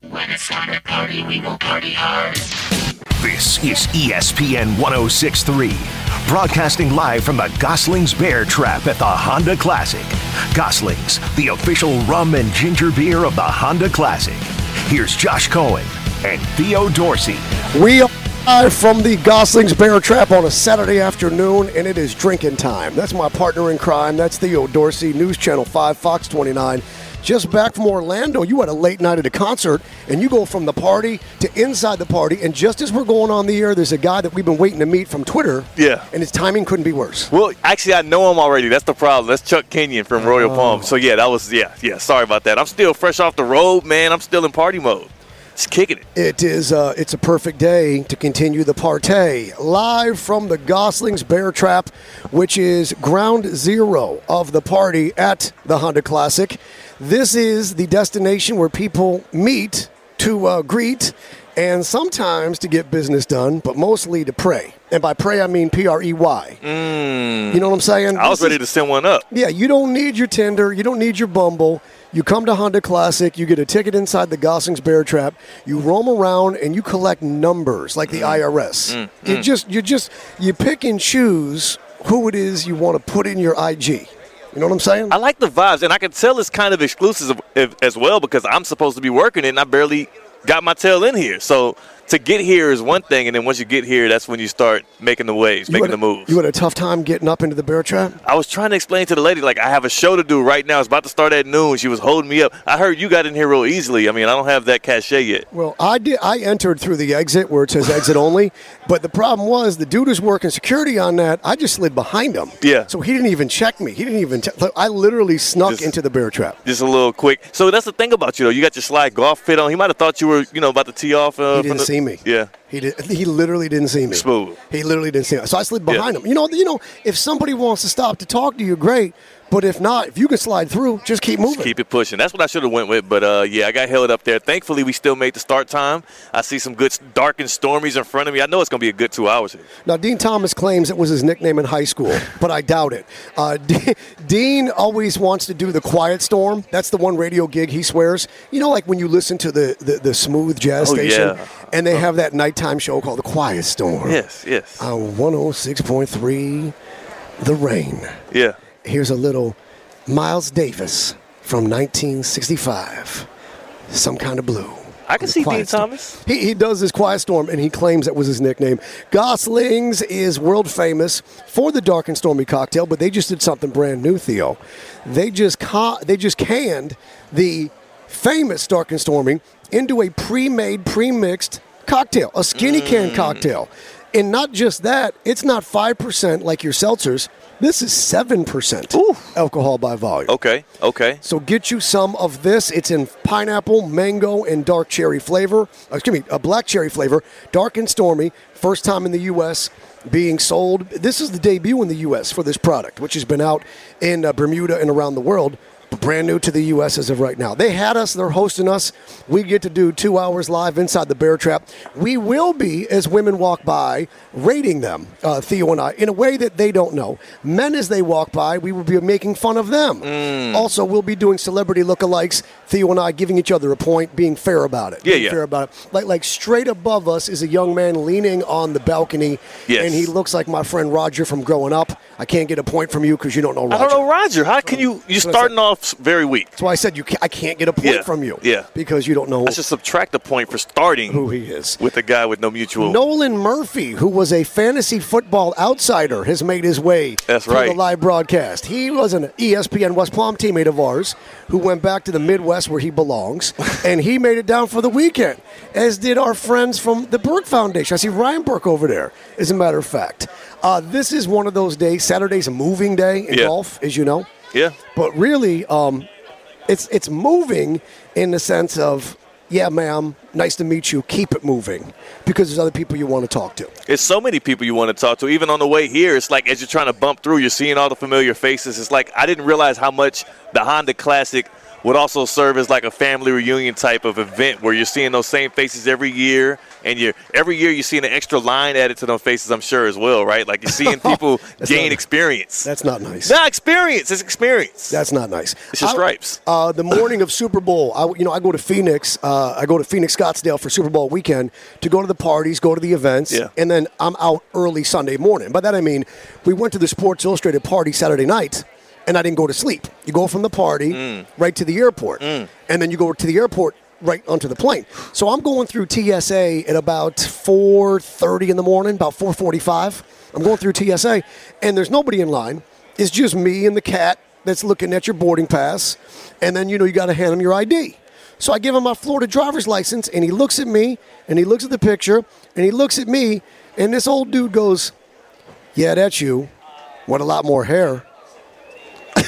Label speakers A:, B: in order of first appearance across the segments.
A: When it's time to party, we will party hard.
B: This is E ESPN 1063, broadcasting live from the Gosling's Bear Trap at the Honda Classic. Gosling's, the official rum and ginger beer of the Honda Classic. Here's Josh Cohen and Theo Dorsey.
C: We are live from the Gosling's Bear Trap on a Saturday afternoon, and it is drinking time. That's my partner in crime. That's Theo Dorsey, News Channel 5, Fox 29. Just back from Orlando, you had a late night at a concert, and you go from the party to inside the party. And just as we're going on the air, there's a guy that we've been waiting to meet from Twitter.
D: Yeah.
C: And his timing couldn't be worse.
D: Well, actually, I know him already. That's the problem. That's Chuck Kenyon from
C: Oh.
D: Royal Palm. So yeah, that was yeah, yeah. Sorry about that. I'm still fresh off the road, man. I'm still in party mode. Just kicking it.
C: It is. Uh, it's a perfect day to continue the partay live from the Goslings Bear Trap, which is ground zero of the party at the Honda Classic. This is the destination where people meet to uh, greet and sometimes to get business done, but mostly to pray. And by pray, I mean P R E Y. You know what I'm saying?
D: Mm. I was
C: This is-
D: ready to send one up.
C: yeah, you don't need your Tinder. You don't need your Bumble. You come to Honda Classic, you get a ticket inside the Gosling's Bear Trap, you roam around and you collect numbers like
D: Mm.
C: the IRS. You just you just you pick and choose who it is you want to put in your IG. You know what I'm saying?
D: I like the vibes, and I can tell it's kind of exclusive if- as well because I'm supposed to be working it, and I barely got my tail in here. So to get here is one thing, and then once you get here, that's when you start making the waves,
C: You
D: making
C: had
D: the
C: a-
D: moves.
C: You had a tough time getting up into the bear trap?
D: I was trying to explain to the lady, like, I have a show to do right now. It's about to start at noon. She was holding me up. I heard you got in here real easily. I mean, I don't have that cachet yet.
C: Well, I did. I entered through the exit where it says exit only, but the problem was the dude was working security on that. I just slid behind him.
D: Yeah.
C: So he didn't even check me. He didn't even. T- I literally snuck
D: Just-
C: into the bear trap.
D: Just a little quick. So that's the thing about you, though. You got your sly golf fit on. He might have thought you were, you know, about to tee off. Uh,
C: He
D: from
C: didn't
D: the-
C: see me.
D: Yeah.
C: He did, he literally didn't see me.
D: Smooth.
C: He literally didn't see me. So I slid behind him. You know, you know, if somebody wants to stop to talk to you, great. But if not, if you can slide through, just keep moving.
D: Just keep it pushing. That's what I should have went with, but uh, yeah, I got held up there. Thankfully, we still made the start time. I see some good s- dark and stormies in front of me. I know it's going to be a good two hours. Here.
C: Now, Dean Thomas claims it was his nickname in high school, but I doubt it. Uh, De- Dean always wants to do the Quiet Storm. That's the one radio gig he swears. You know, like when you listen to the, the, the smooth jazz
D: Oh,
C: station,
D: yeah.
C: and they have that nighttime show called the Quiet Storm. Uh, oh
D: Yes, yes,
C: On 106.3, The Rain.
D: yeah.
C: Here's a little Miles Davis from 1965, Some Kind of Blue.
D: I can
C: The
D: see Dean
C: Quiet Storm.
D: Thomas.
C: He, he does this Quiet Storm, and he claims that was his nickname. Goslings is world famous for the dark and stormy cocktail, but they just did something brand new, Theo. They just ca- they just canned the famous dark and stormy into a pre-made, pre-mixed cocktail, a skinny can cocktail. And not just that, it's not 5% like your seltzers. This is 7% alcohol by volume.
D: Okay, okay.
C: So get you some of this. It's in pineapple, mango, and dark cherry flavor. Uh, Excuse me, a black cherry flavor, dark and stormy. First time in the U.S. being sold. This is the debut in the U.S. for this product, which has been out in uh, Bermuda and around the world. But brand new to the U.S. as of right now. They had us. They're hosting us. We get to do two hours live inside the Bear Trap. We will be, as women walk by, rating them, uh, Theo and I, in a way that they don't know. Men, as they walk by, we will be making fun of them.
D: Mm.
C: Also, we'll be doing celebrity lookalikes. Theo and I giving each other a point, being fair about it.
D: Yeah,
C: being
D: yeah.
C: Fair about it. Like, like straight above us is a young man leaning on the balcony,
D: Yes.
C: and he looks like my friend Roger from growing up. I can't get a point from you because you don't know Roger.
D: I don't know, Roger. How can you? You're
C: what I said.
D: starting off s- very weak.
C: That's why I said you can I can't get a point
D: Yeah,
C: from you.
D: yeah.
C: Because you don't know
D: I should subtract a point for starting
C: who he is.
D: with a guy with no mutual.
C: Nolan Murphy, who was a fantasy football outsider, has made his way
D: That's
C: through
D: right.
C: the live broadcast. He was an E ESPN West Palm teammate of ours who went back to the Midwest where he belongs, and he made it down for the weekend, as did our friends from the Burke Foundation. I see Ryan Burke over there, as a matter of fact. Uh, this is one of those days. Saturday's a moving day in
D: Yeah.
C: golf, as you know.
D: Yeah.
C: But really, um, it's it's moving in the sense of, yeah, ma'am, nice to meet you. Keep it moving because there's other people you want to talk to.
D: It's so many people you want to talk to. Even on the way here, it's like as you're trying to bump through, you're seeing all the familiar faces. It's like I didn't realize how much the Honda Classic would also serve as like a family reunion type of event where you're seeing those same faces every year, and you're every year you're seeing an extra line added to those faces. I'm sure as well, right? Like you're seeing people
C: That's
D: gain
C: not-
D: experience.
C: That's not nice.
D: not experience. It's experience.
C: That's not nice.
D: It's your
C: I-
D: stripes.
C: uh, the morning of Super Bowl, I, you know, I go to Phoenix. Uh, I go to Phoenix Scottsdale for Super Bowl weekend to go to the parties, go to the events,
D: Yeah.
C: and then I'm out early Sunday morning. By that I mean we went to the Sports Illustrated party Saturday night, and I didn't go to sleep. You go from the party right to the airport, and then you go to the airport right onto the plane. So I'm going through TSA at about 4:30 in the morning, about 4:45. I'm going through TSA, and there's nobody in line. It's just me and the cat that's looking at your boarding pass, and then you know you got to hand them your ID. So I give him my Florida driver's license, and he looks at me, and he looks at the picture, and he looks at me, and this old dude goes, "Yeah, that's you. What a lot more hair."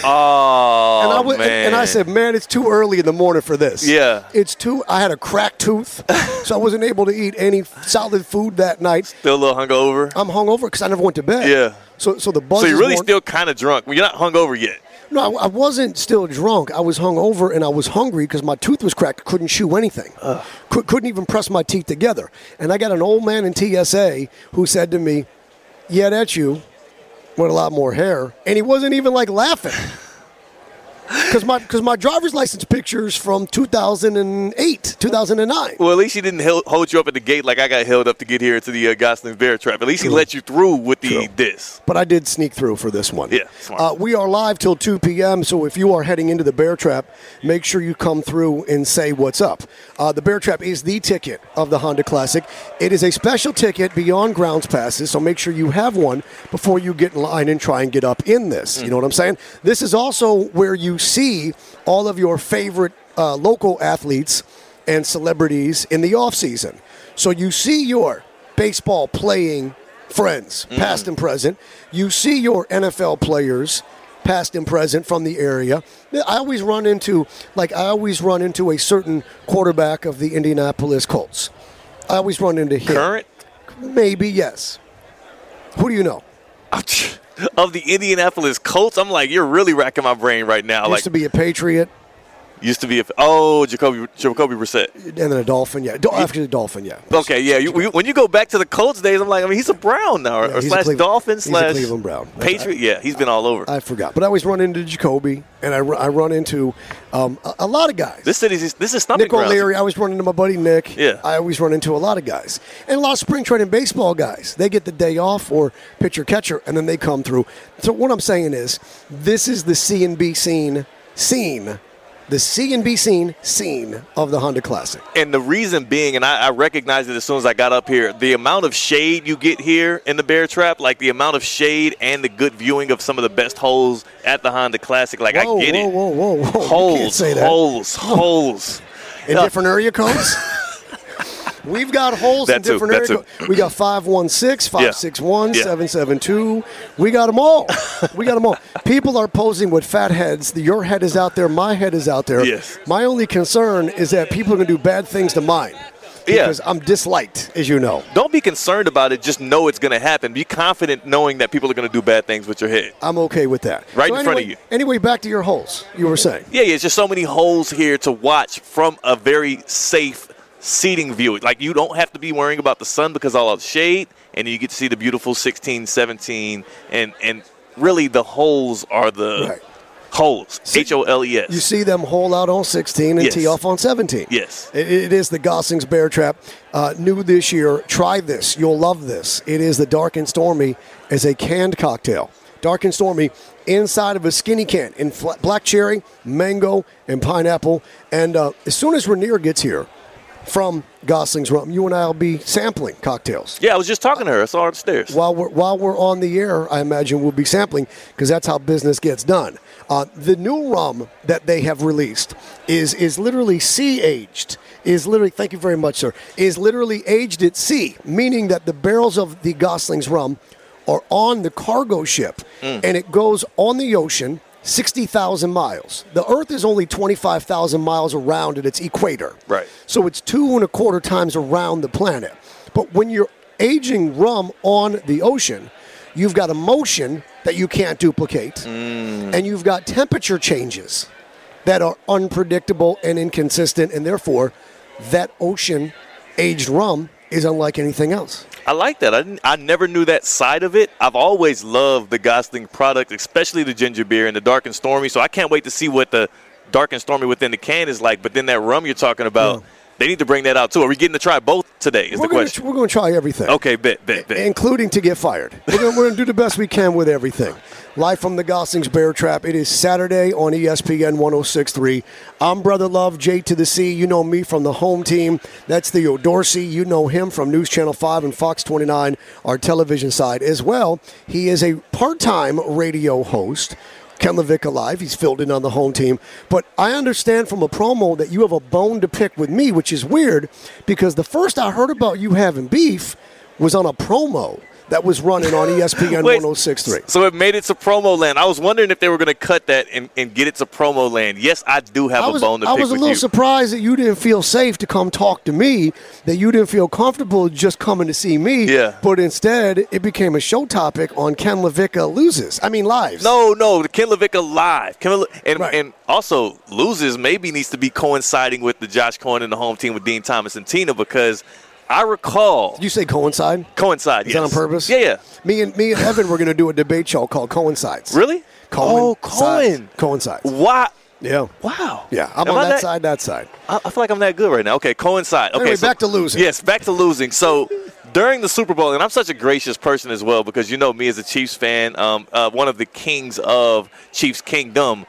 D: Oh
C: and I wa- and-
D: man.
C: and I said, "Man, it's too early in the morning for this.
D: Yeah.
C: it's too. I had a cracked tooth, so I wasn't able to eat any solid food that night.
D: still a little hungover.
C: I'm hungover because I never went to bed.
D: Yeah.
C: So, so the buzz.
D: So you're
C: is
D: really
C: more-
D: still kind of drunk. Well, You're not hungover yet.
C: No, I, I wasn't still drunk. I was hungover and I was hungry because my tooth was cracked. Couldn't chew anything. Cou- couldn't even press my teeth together. And I got an old man in TSA who said to me, "Yeah, that's you. With a lot more hair." And he wasn't even like laughing. Because my, cause my driver's license pictures from 2008, 2009.
D: Well, at least he didn't hel- hold you up at the gate like I got held up to get here to the uh, Gosling Bear Trap. At least he let you through with the this.
C: But I did sneak through for this one.
D: Yeah, smart.
C: Uh, we are live till 2 p.m., so if you are heading into the Bear Trap, make sure you come through and say what's up. Uh, the Bear Trap is the ticket of the Honda Classic. It is a special ticket beyond grounds passes, so make sure you have one before you get in line and try and get up in this. You know what I'm saying? This is also where you see all of your favorite uh, local athletes and celebrities in the off season. So you see your baseball playing friends,
D: Mm.
C: past and present. You see your NFL players, past and present, from the area. I always run into, like, I always run into a certain quarterback of the Indianapolis Colts. I always run into him.
D: Current
C: Maybe, yes. Who do you know?
D: of the Indianapolis Colts. I'm like, you're really racking my brain right now.
C: Used
D: Like
C: to be a Patriot
D: used to be a oh Jacoby Jacoby Brissett.
C: and then a Dolphin, yeah. Do- after the Dolphin, yeah.
D: Okay, yeah. You, you- when you go back to the Colts days, I'm like, I mean, he's a Brown now, or,
C: Yeah,
D: or
C: he's a
D: slash
C: Cleve-
D: Dolphin,
C: he's a
D: slash
C: Cleveland Brown. That's-
D: Patriot. yeah, he's been all over.
C: I forgot. But I always run into Jacoby, and I, ru- I run into um, a, a lot of guys.
D: this city's this is stomping
C: Nick
D: grounds.
C: O'Leary. I always run into my buddy Nick.
D: Yeah.
C: I always run into a lot of guys and a lot of spring training baseball guys. They get the day off or pitcher catcher, and then they come through. So what I'm saying is, this is the C and B scene scene, the C and B scene scene of the Honda Classic.
D: And the reason being, and I, I recognized it as soon as I got up here, the amount of shade you get here in the bear trap, like the amount of shade and the good viewing of some of the best holes at the Honda Classic. Like
C: Whoa,
D: I get
C: Oh, whoa,
D: it.
C: whoa, whoa, whoa. You
D: Holes,
C: can't say that.
D: holes, holes.
C: in
D: Yeah.
C: different area codes. We've got holes in
D: That too,
C: different
D: that
C: area
D: too.
C: codes. We got 516,
D: Yeah.
C: 561,
D: Yeah.
C: 772. We got them all. we got them all. People are posing with fat heads. Your head is out there. My head is out there.
D: Yes.
C: My only concern is that people are going to do bad things to mine.
D: Yeah.
C: Because I'm disliked, as you know.
D: Don't be concerned about it. Just know it's going to happen. Be confident knowing that people are going to do bad things with your head.
C: I'm okay with that.
D: Right
C: So
D: in front of
C: anyway- Anyway, back to your holes, you were saying.
D: Yeah, yeah, it's just so many holes here to watch from a very safe seating view. Like you don't have to be worrying about the sun because all of the shade, and you get to see the beautiful 16, 17, and and really the holes are the
C: Right.
D: holes. H O L E
C: You
D: S.
C: see them hole out on 16 and
D: Yes.
C: tee off on 17.
D: Yes.
C: It, it is the Gosling's Bear Trap. Uh, new this year. Try this. You'll love this. It is the Dark and Stormy as a canned cocktail. Dark and Stormy inside of a skinny can in fla- black cherry, mango, and pineapple. And uh, as soon as Rainier gets here from Gosling's Rum, you and I will be sampling cocktails.
D: Yeah, I was just talking to her. I saw her upstairs.
C: While we're, while we're on the air, I imagine we'll be sampling because that's how business gets done. Uh, the new rum that they have released is is literally sea aged. Is literally thank you very much, sir. Is literally aged at sea, meaning that the barrels of the Gosling's rum are on the cargo ship, and it goes on the ocean. 60,000 miles. The Earth is only 25,000 miles around at its equator.
D: Right.
C: So it's two and a quarter times around the planet. But when you're aging rum on the ocean, you've
D: Mm.
C: got a motion that you can't duplicate, and you've got temperature changes that are unpredictable and inconsistent, and therefore that ocean aged rum is unlike anything else.
D: I like that. I, didn't, I never knew that side of it. I've always loved the Gosling product, especially the ginger beer and the dark and stormy. So I can't wait to see what the dark and stormy within the can is like. But then that rum you're talking about,
C: Yeah.
D: they need to bring that out too. Are we getting to try both today? Is
C: Hmm. we're
D: the
C: gonna,
D: question.
C: We're going to try everything.
D: okay, bet, bet, bet.
C: including to get fired. We're going we're to do the best we can with everything. Live from the Gosling's Bear Trap. It is Saturday on E ESPN 1063. I'm Brother Love, J to the C. You know me from the home team. That's Theo Dorsey. You know him from News Channel 5 and Fox 29, our television side as well. He is a part time radio host. Ken Levick alive. He's filled in on the home team. But I understand from a promo that you have a bone to pick with me, which is weird because the first I heard about you having beef was on a promo that was running on E ESPN
D: Wait.
C: 106.3.
D: So it made it to promo land. I was wondering if they were going to cut that and, and get it to promo land. Yes, I do have
C: I was,
D: a bone to
C: I
D: pick
C: was a
D: with
C: little
D: you.
C: surprised that you didn't feel safe to come talk to me, that you didn't feel comfortable just coming to see me.
D: Yeah.
C: But instead, it became a show topic on Ken Levicka loses. I mean, lives.
D: No, no, the Ken Levick alive. Ken Le- and
C: Right.
D: and also loses maybe needs to be coinciding with the Josh Cohen and the home team with Dean Thomas and Tina because I recall
C: You say coincide?
D: coincide.
C: Is
D: yes.
C: that on purpose?
D: Yeah, yeah.
C: Me and me and Evan were going to do a debate show called Coincides.
D: Really?
C: Cohen.
D: Oh, Cohen.
C: Coincides.
D: Why?
C: Yeah.
D: Wow.
C: Yeah. I'm
D: Am
C: on
D: I
C: that, side, that side.
D: I, I feel like I'm that good right now. Okay, coincide. Okay,
C: Anyway, back to losing.
D: Yes, back to losing. So during the Super Bowl, and I'm such a gracious person as well because you know me as a Chiefs fan, um, uh, one of the kings of Chiefs Kingdom.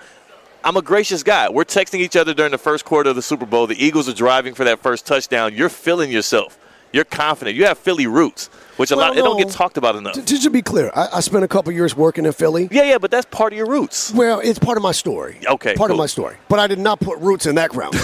D: I'm a gracious guy. We're texting each other during the first quarter of the Super Bowl. The Eagles are driving for that first touchdown. You're feeling yourself. You're confident. You have Philly roots, which a
C: Well,
D: lot it don't
C: no.
D: get talked about enough.
C: J- Just to be clear, I, I spent a couple years working in Philly.
D: yeah, yeah, but that's part of your roots.
C: Well, it's part of my story.
D: Okay,
C: Part
D: cool.
C: of my story. But I did not put roots in that ground.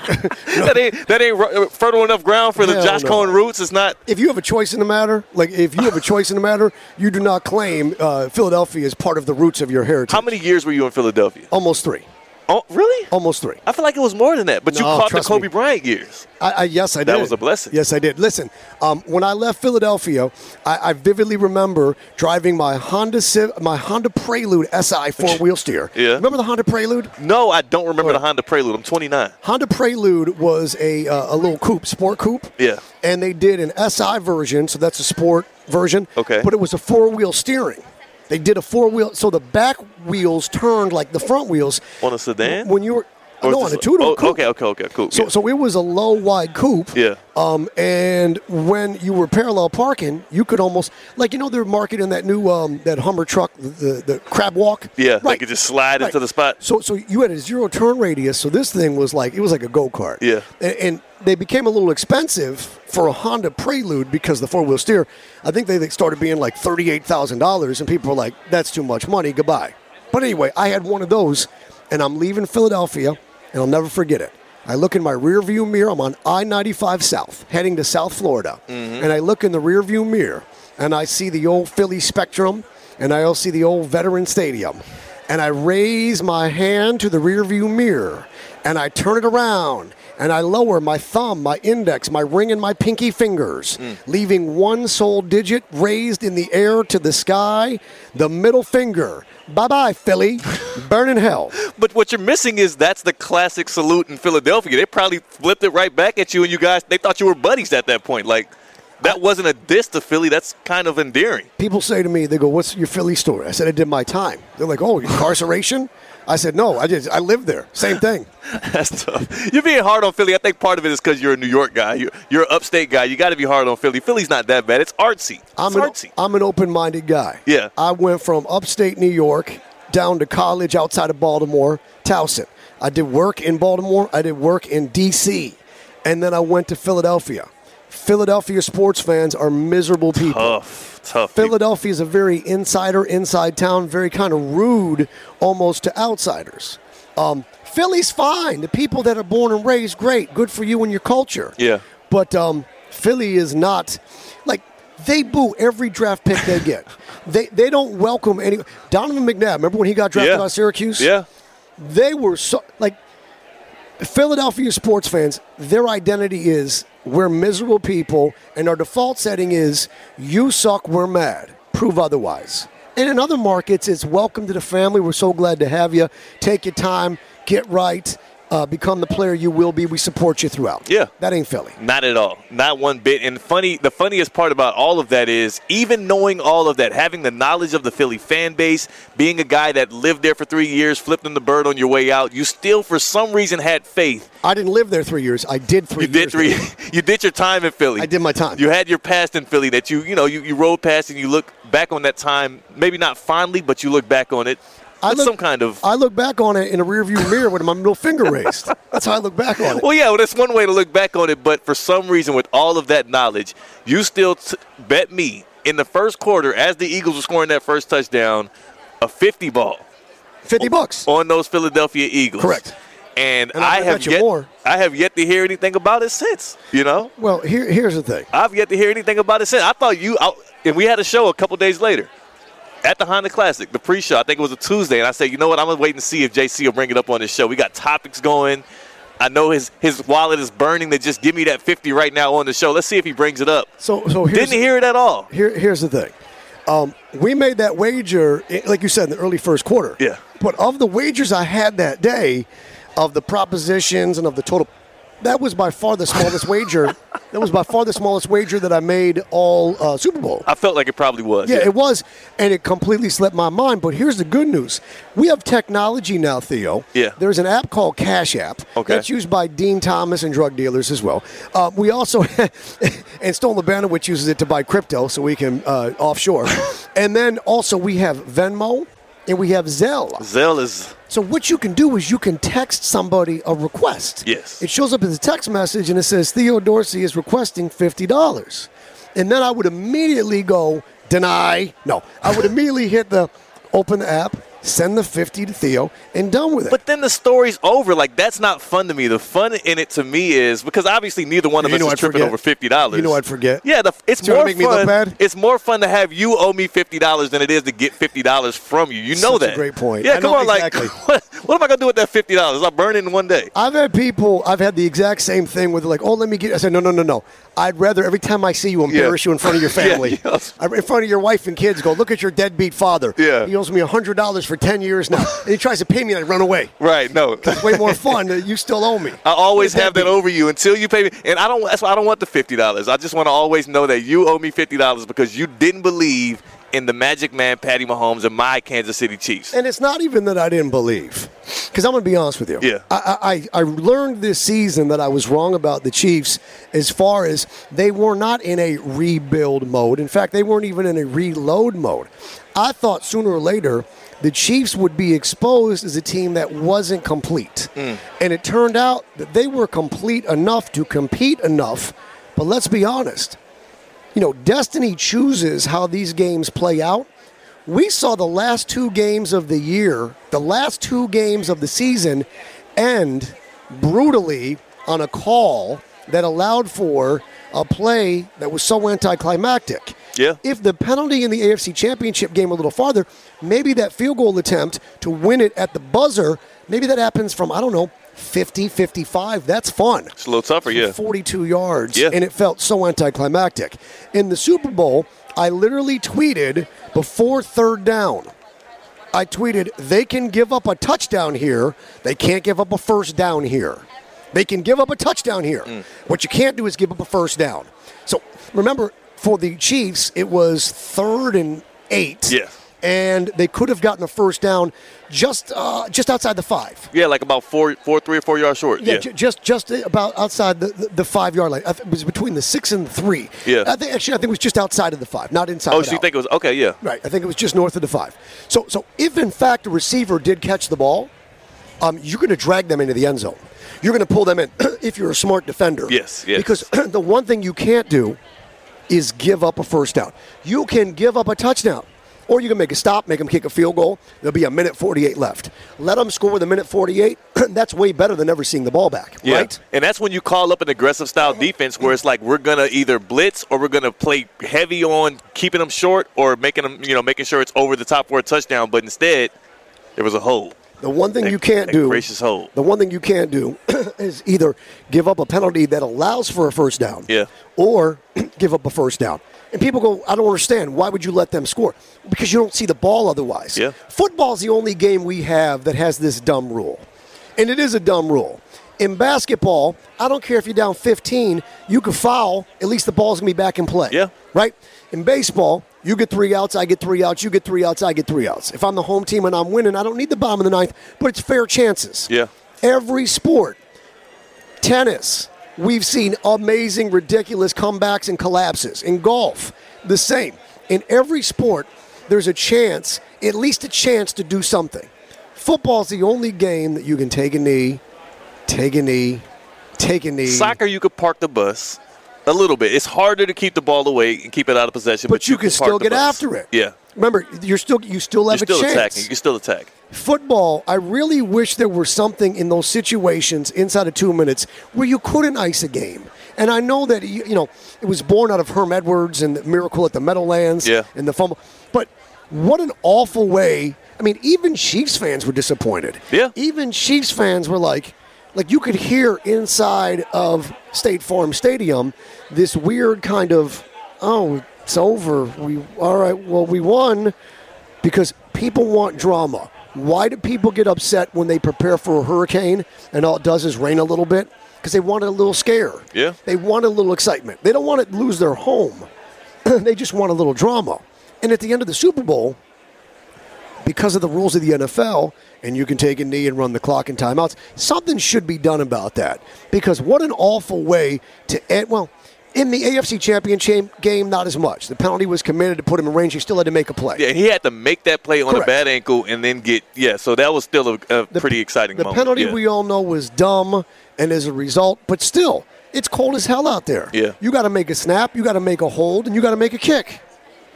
D: That ain't that ain't ru- uh, fertile enough ground for the
C: Hell
D: Josh
C: no.
D: Cohen roots. It's not
C: if you have a choice in the matter, like if you have a choice in the matter, you do not claim uh, Philadelphia is part of the roots of your heritage.
D: How many years were you in Philadelphia?
C: Almost three.
D: Oh, really?
C: Almost three.
D: I feel like it was more than that, but you
C: No,
D: caught the
C: trust
D: Kobe
C: me.
D: Bryant years.
C: I, I, yes, I did.
D: That was a blessing.
C: Yes, I did. Listen, um, when I left Philadelphia, I, I vividly remember driving my Honda Civ- my Honda Prelude SI four wheel steer.
D: Yeah.
C: Remember the Honda Prelude?
D: No, I don't remember the Honda Prelude. I'm 29.
C: Honda Prelude was a uh, a little coupe, sport coupe.
D: Yeah.
C: And they did an SI version, so that's a sport version.
D: Okay.
C: But it was a four wheel steering. They did a four wheel, so the back wheels turned like the front wheels.
D: On a sedan?
C: When you were
D: Or
C: no
D: is
C: on a
D: this-
C: two door
D: oh,
C: coupe.
D: Okay, okay, okay, cool.
C: So, so it was a low wide coupe.
D: Yeah.
C: Um, and when you were parallel parking, you could almost like you know they're marketing that new um that Hummer truck, the the, the crab walk.
D: Yeah, they could just slide into the spot.
C: So so you had a zero turn radius. So this thing was like it was like a go kart.
D: Yeah.
C: And, and they became a little expensive for a Honda Prelude because the four wheel steer. I think they they started being like thirty eight thousand dollars, and people were like, "That's too much money. Goodbye." But anyway, I had one of those, and I'm leaving Philadelphia, and I'll never forget it. I look in my rearview mirror. I'm on I 95 South, heading to South Florida. And I look in the rearview mirror and I see the old Philly Spectrum and I also see the old Veteran Stadium. And I raise my hand to the rearview mirror and I turn it around and I lower my thumb, my index, my ring, and my pinky fingers, leaving one sole digit raised in the air to the sky, the middle finger. Bye bye, Philly. Burn in hell.
D: but what you're missing is that's the classic salute in Philadelphia. They probably flipped it right back at you, and you guys, they thought you were buddies at that point. Like, that wasn't a diss to Philly. That's kind of endearing.
C: people say to me, they go, "What's your Philly story?" I said, "I did my time." They're like, "Oh, incarceration?" I said, "No, I just I lived there. Same thing."
D: That's tough. You're being hard on Philly. I think part of it is because you're a New York guy. You're, you're an upstate guy. You got to be hard on Philly. Philly's not that bad. It's artsy. It's
C: I'm an,
D: artsy.
C: I'm an open-minded guy.
D: Yeah.
C: I went from upstate New York down to college outside of Baltimore, Towson. I did work in Baltimore. I did work in D.C. And then I went to Philadelphia. Philadelphia sports fans are miserable people.
D: tough, tough. people.
C: Philadelphia is a very insider, inside town, very kind of rude almost to outsiders. Um, Philly's fine. The people that are born and raised, great. Good for you and your culture.
D: Yeah.
C: But um, Philly is not like they boo every draft pick they get. they they don't welcome any. Donovan McNabb. Remember when he got drafted
D: Yeah.
C: out of Syracuse?
D: Yeah.
C: They were so like Philadelphia sports fans, their identity is we're miserable people, and our default setting is you suck, we're mad. Prove otherwise. And in other markets, it's welcome to the family. We're so glad to have you. Take your time. get right, uh, become the player you will be. We support you throughout.
D: Yeah.
C: That ain't Philly.
D: Not at all. Not one bit. And funny, the funniest part about all of that is, even knowing all of that, having the knowledge of the Philly fan base, being a guy that lived there for three years, flipped them the bird on your way out, you still, for some reason, had faith.
C: I didn't live there three years. I did three
D: You did
C: years.
D: three. You did your time in Philly.
C: I did my time.
D: You had your past in Philly that you, you know, you, you rode past and you look back on that time, maybe not fondly, but you look back on it.
C: I
D: with
C: look-
D: some kind of.
C: I look back on it in a rearview mirror with my middle finger raised. That's how I look back on it.
D: Well, yeah, well, that's one way to look back on it. But for some reason, with all of that knowledge, you still t- bet me in the first quarter as the Eagles were scoring that first touchdown, a 50 ball
C: 50 bucks.
D: on those Philadelphia Eagles.
C: Correct.
D: And,
C: And I'm
D: I
C: gonna
D: have
C: bet you
D: yet,
C: more.
D: I have yet to hear anything about it since. You know,
C: Well, here, here's the thing.
D: I've yet to hear anything about it since. I thought you, I, and we had a show a couple days later. At the Honda Classic, the pre-show, I think it was a Tuesday, and I said, you know what? I'm gonna wait and see if JC will bring it up on this show. We got topics going. I know his his wallet is burning to just give me that 50 right now on the show. Let's see if he brings it up.
C: So, so here's,
D: Didn't hear it at all.
C: Here, here's the thing. Um, we made that wager, i- like you said, in the early first quarter.
D: Yeah.
C: But of the wagers I had that day, of the propositions and of the total, that was by far the smallest wager. That was by far the smallest wager that I made all uh, Super Bowl.
D: I felt like it probably was.
C: Yeah, it was, and it completely slipped my mind. But here's the good news: we have technology now, Theo.
D: Yeah.
C: There's an app called Cash App
D: Okay.
C: that's used by Dean Thomas and drug dealers as well. Uh, we also and Stone LeBanowitz uses it to buy crypto so we can uh, offshore, and then also we have Venmo and we have Zelle.
D: Zell is
C: So what you can do is you can text somebody a request.
D: Yes.
C: It shows up as a text message and it says Theo Dorsey is requesting fifty dollars, and then I would immediately go deny. No, I would immediately hit the open the app, send the fifty to Theo, and done with it.
D: But then the story's over. Like that's not fun to me. The fun in it to me is because obviously neither one of
C: You
D: us
C: know
D: is
C: I'd
D: tripping
C: forget.
D: over fifty dollars.
C: You know I'd forget.
D: Yeah, the, it's
C: Trying to
D: more
C: make me
D: fun.
C: look bad?
D: It's more fun to have you owe me fifty dollars than it is to get fifty dollars from you. You know
C: Such a
D: that.
C: great point.
D: Yeah,
C: I
D: come
C: know
D: on.
C: exactly.
D: Like, what, what am I gonna do with that fifty dollars? I'll burn it in one day.
C: I've had people, I've had the exact same thing where they're like, oh, let me get, I said, no, no, no, no. I'd rather every time I see you embarrass
D: Yeah.
C: you in front of your
D: Yeah,
C: family,
D: yes.
C: I- in front of your wife and kids, go, look at your deadbeat father.
D: Yeah.
C: He owes me $100 for 10 years now. and he tries to pay me and I run away.
D: Right? No.
C: It's way more fun that you still owe me.
D: I always have that
C: Deadbeat.
D: over you until you pay me, and I don't. That's why I don't want the fifty dollars. I just want to always know that you owe me fifty dollars because you didn't believe in the Magic Man, Patty Mahomes, and my Kansas City Chiefs.
C: And it's not even that I didn't believe, because I'm going to be honest with you.
D: Yeah.
C: I, I I learned this season that I was wrong about the Chiefs as far as they were not in a rebuild mode. In fact, they weren't even in a reload mode. I thought sooner or later the Chiefs would be exposed as a team that wasn't complete, and it turned out that they were complete enough to compete enough. But let's be honest, you know, destiny chooses how these games play out. We saw the last two games of the year, the last two games of the season end brutally on a call that allowed for a play that was so anticlimactic.
D: Yeah.
C: If the penalty in the AFC Championship game a little farther, maybe that field goal attempt to win it at the buzzer, maybe that happens from, I don't know, 50, 55. That's fun.
D: It's a little tougher,
C: for
D: yeah.
C: 42 yards,
D: Yeah.
C: and it felt so anticlimactic. In the Super Bowl, I literally tweeted before third down. I tweeted, they can give up a touchdown here. They can't give up a first down here. They can give up a touchdown here.
D: Mm.
C: What you can't do is give up a first down. So remember, for the Chiefs, it was third and eight.
D: Yeah.
C: And they could have gotten a first down just uh, just outside the five.
D: Yeah, like about four, four, three or four yards short.
C: Yeah,
D: Yeah,
C: ju- just just about outside the, the, the five yard line. I th- it was between the six and the three.
D: Yeah.
C: I think actually I think it was just outside of the five, not inside.
D: Oh,
C: but
D: so you
C: out.
D: think it was okay? Yeah.
C: Right. I think it was just north of the five. So so if in fact a receiver did catch the ball, um, you're going to drag them into the end zone. You're going to pull them in if you're a smart defender.
D: Yes, yes.
C: Because the one thing you can't do is give up a first down. You can give up a touchdown, or you can make a stop, make them kick a field goal. There'll be a minute 48 left. Let them score with a minute 48. That's way better than never seeing the ball back,
D: Yeah.
C: right?
D: And that's when you call up an aggressive style defense where it's like we're gonna either blitz or we're gonna play heavy on keeping them short or making them, you know, making sure it's over the top for a touchdown. But instead, there was a hole.
C: The one thing
D: That-
C: you can't
D: that
C: do,
D: gracious hold.
C: The one thing you can't do is either give up a penalty that allows for a first down,
D: Yeah.
C: or give up a first down. And people go, I don't understand. Why would you let them score? Because you don't see the ball otherwise.
D: Yeah.
C: Football's the only game we have that has this dumb rule. and it is a dumb rule. In basketball, I don't care if you're down 15, you can foul, at least the ball's gonna be back in play.
D: Yeah.
C: Right? In baseball, you get three outs, I get three outs, you get three outs, I get three outs. If I'm the home team and I'm winning, I don't need the bomb in the ninth, but it's fair chances.
D: Yeah.
C: Every sport, tennis, we've seen amazing, ridiculous comebacks and collapses. In golf, the same. In every sport, there's a chance, at least a chance, to do something. Football's the only game that you can take a knee, take a knee, take a knee.
D: Soccer, you could park the bus a little bit. It's harder to keep the ball away and keep it out of possession,
C: but,
D: but,
C: you, can
D: park
C: still
D: the
C: get
D: bus.
C: after it.
D: Yeah.
C: Remember, you're still you still
D: You're
C: have
D: still
C: a chance.
D: attacking. You can still attack.
C: football, I really wish there were something in those situations inside of two minutes where you couldn't ice a game. And I know that you, you know it was born out of Herm Edwards and the miracle at the Meadowlands
D: Yeah.
C: and the fumble, but what an awful way! I mean, even Chiefs fans were disappointed.
D: Yeah.
C: even Chiefs fans were like, like you could hear inside of State Farm Stadium this weird kind of, oh, it's over. We all right. Well, we won because people want drama. Why do people get upset when they prepare for a hurricane and all it does is rain a little bit? Because they want a little scare.
D: Yeah.
C: They want a little excitement. They don't want to lose their home. they just want a little drama. And at the end of the Super Bowl, because of the rules of the NFL, and you can take a knee and run the clock and timeouts, something should be done about that. Because what an awful way to end. Well, in the AFC Championship game, not as much. The penalty was committed to put him in range. He still had to make a play.
D: Yeah, he had to make that play on
C: Correct.
D: a bad ankle and then get yeah. So that was still a, a pretty exciting
C: the
D: moment.
C: penalty
D: yeah.
C: we all know was dumb, and as a result, but still, it's cold as hell out there.
D: Yeah.
C: you got to make a snap, you got to make a hold, and you got to make a kick.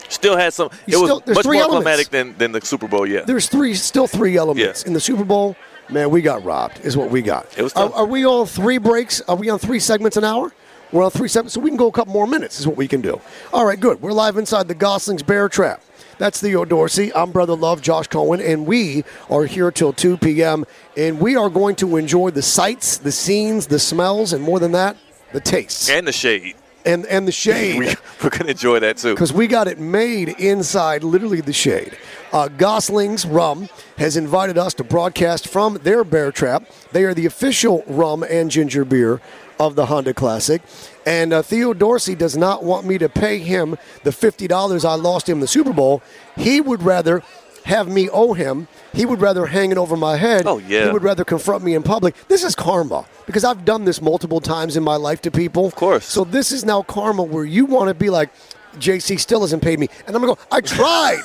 D: still had some. It
C: You still-
D: was
C: there's
D: much
C: three
D: more
C: elements.
D: climatic than, than the Super Bowl. Yeah,
C: There's three, still three elements
D: Yeah.
C: in the Super Bowl. Man, we got robbed. Is what we got.
D: It was
C: Are,
D: tough.
C: are we on three breaks? Are we on three segments an hour? We're on three segments, so we can go a couple more minutes. Is what we can do. All right, good. We're live inside the Goslings Bear Trap. That's Theo Dorsey. I'm Brother Love, Josh Cohen, and we are here till 2 p.m. And we are going to enjoy the sights, the scenes, the smells, and more than that, the tastes
D: and the shade.
C: and and the shade
D: We, we're gonna enjoy that too.
C: because we got it made inside literally the shade. Uh, Gosling's Rum has invited us to broadcast from their bear trap. They are the official rum and ginger beer of the Honda Classic. And uh, Theo Dorsey does not want me to pay him the $50 I lost him the Super Bowl. He would rather have me owe him. He would rather hang it over my head.
D: Oh, yeah.
C: He would rather confront me in public. This is karma because I've done this multiple times in my life to people. Of
D: course.
C: So this is now karma where you want to be like, JC still hasn't paid me, and I'm gonna go. I tried,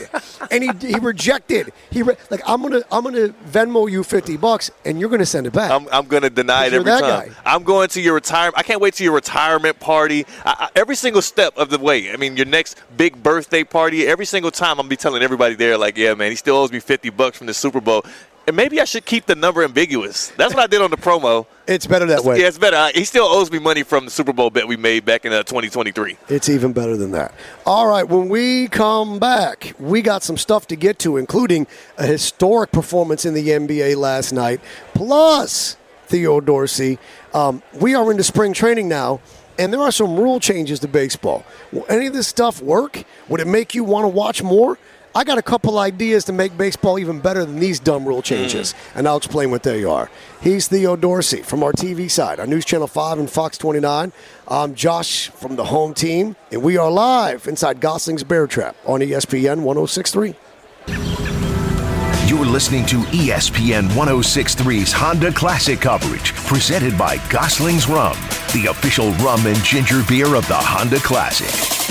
C: and he, he rejected. He re- like I'm gonna I'm gonna Venmo you fifty bucks, and you're gonna send it back.
D: I'm, I'm going to deny it
C: You're
D: every
C: that
D: time.
C: guy.
D: I'm going to your retirement. I can't wait to your retirement party. I, I, every single step of the way. I mean, your next big birthday party. Every single time, I'm gonna be telling everybody there, like, yeah, man, he still owes me 50 bucks from the Super Bowl. And maybe I should keep the number ambiguous. That's what I did on the promo.
C: it's better that way.
D: Yeah, it's better. I, he still owes me money from the Super Bowl bet we made back in uh, 2023.
C: It's even better than that. All right, when we come back, we got some stuff to get to, including a historic performance in the NBA last night, plus Theo Dorsey. Um, we are into spring training now, and there are some rule changes to baseball. Will any of this stuff work? Would it make you want to watch more? I got a couple ideas to make baseball even better than these dumb rule changes, and I'll explain what they are. He's Theo Dorsey from our TV side, our News Channel 5 and Fox 29. I'm Josh from the home team, and we are live inside Gosling's Bear Trap on E ESPN 1063.
B: You're listening to E ESPN 1063's Honda Classic coverage, presented by Gosling's Rum, the official rum and ginger beer of the Honda Classic.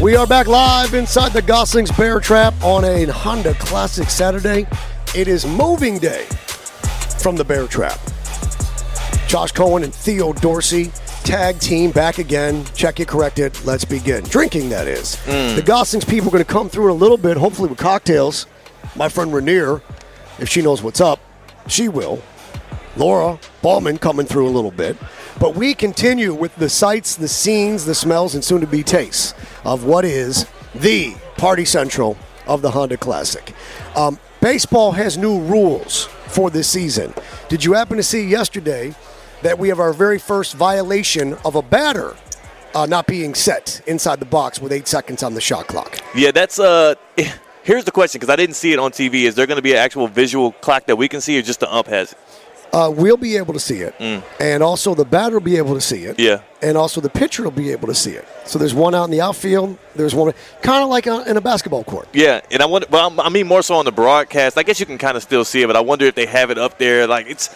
C: We are back live inside the Gosling's Bear Trap on a Honda Classic Saturday. It is moving day from the Bear Trap. Josh Cohen and Theo Dorsey tag team back again. Check it, correct it. Let's begin. Drinking, that is. The Gosling's people are going to come through in a little bit, hopefully with cocktails. My friend Rainier, if she knows what's up, she will. Laura Ballman coming through a little bit. But we continue with the sights, the scenes, the smells, and soon to be tastes of what is the party central of the Honda Classic. Um, baseball has new rules for this season. Did you happen to see yesterday that we have our very first violation of a batter uh, not being set inside the box with eight seconds on the shot clock.
D: Yeah, that's uh. Here's the question because I didn't see it on TV. Is there going to be an actual visual clock that we can see, or just the ump has it?
C: Uh, we'll be able to see it, and also the batter will be able to see it.
D: Mm. Yeah.
C: and also the pitcher will be able to see it. So there's one out in the outfield. There's one kind of like on, in a basketball court.
D: Yeah, and I wonder. Well, I'm- I mean more so on the broadcast. I guess you can kind of still see it, but I wonder if they have it up there. Like it's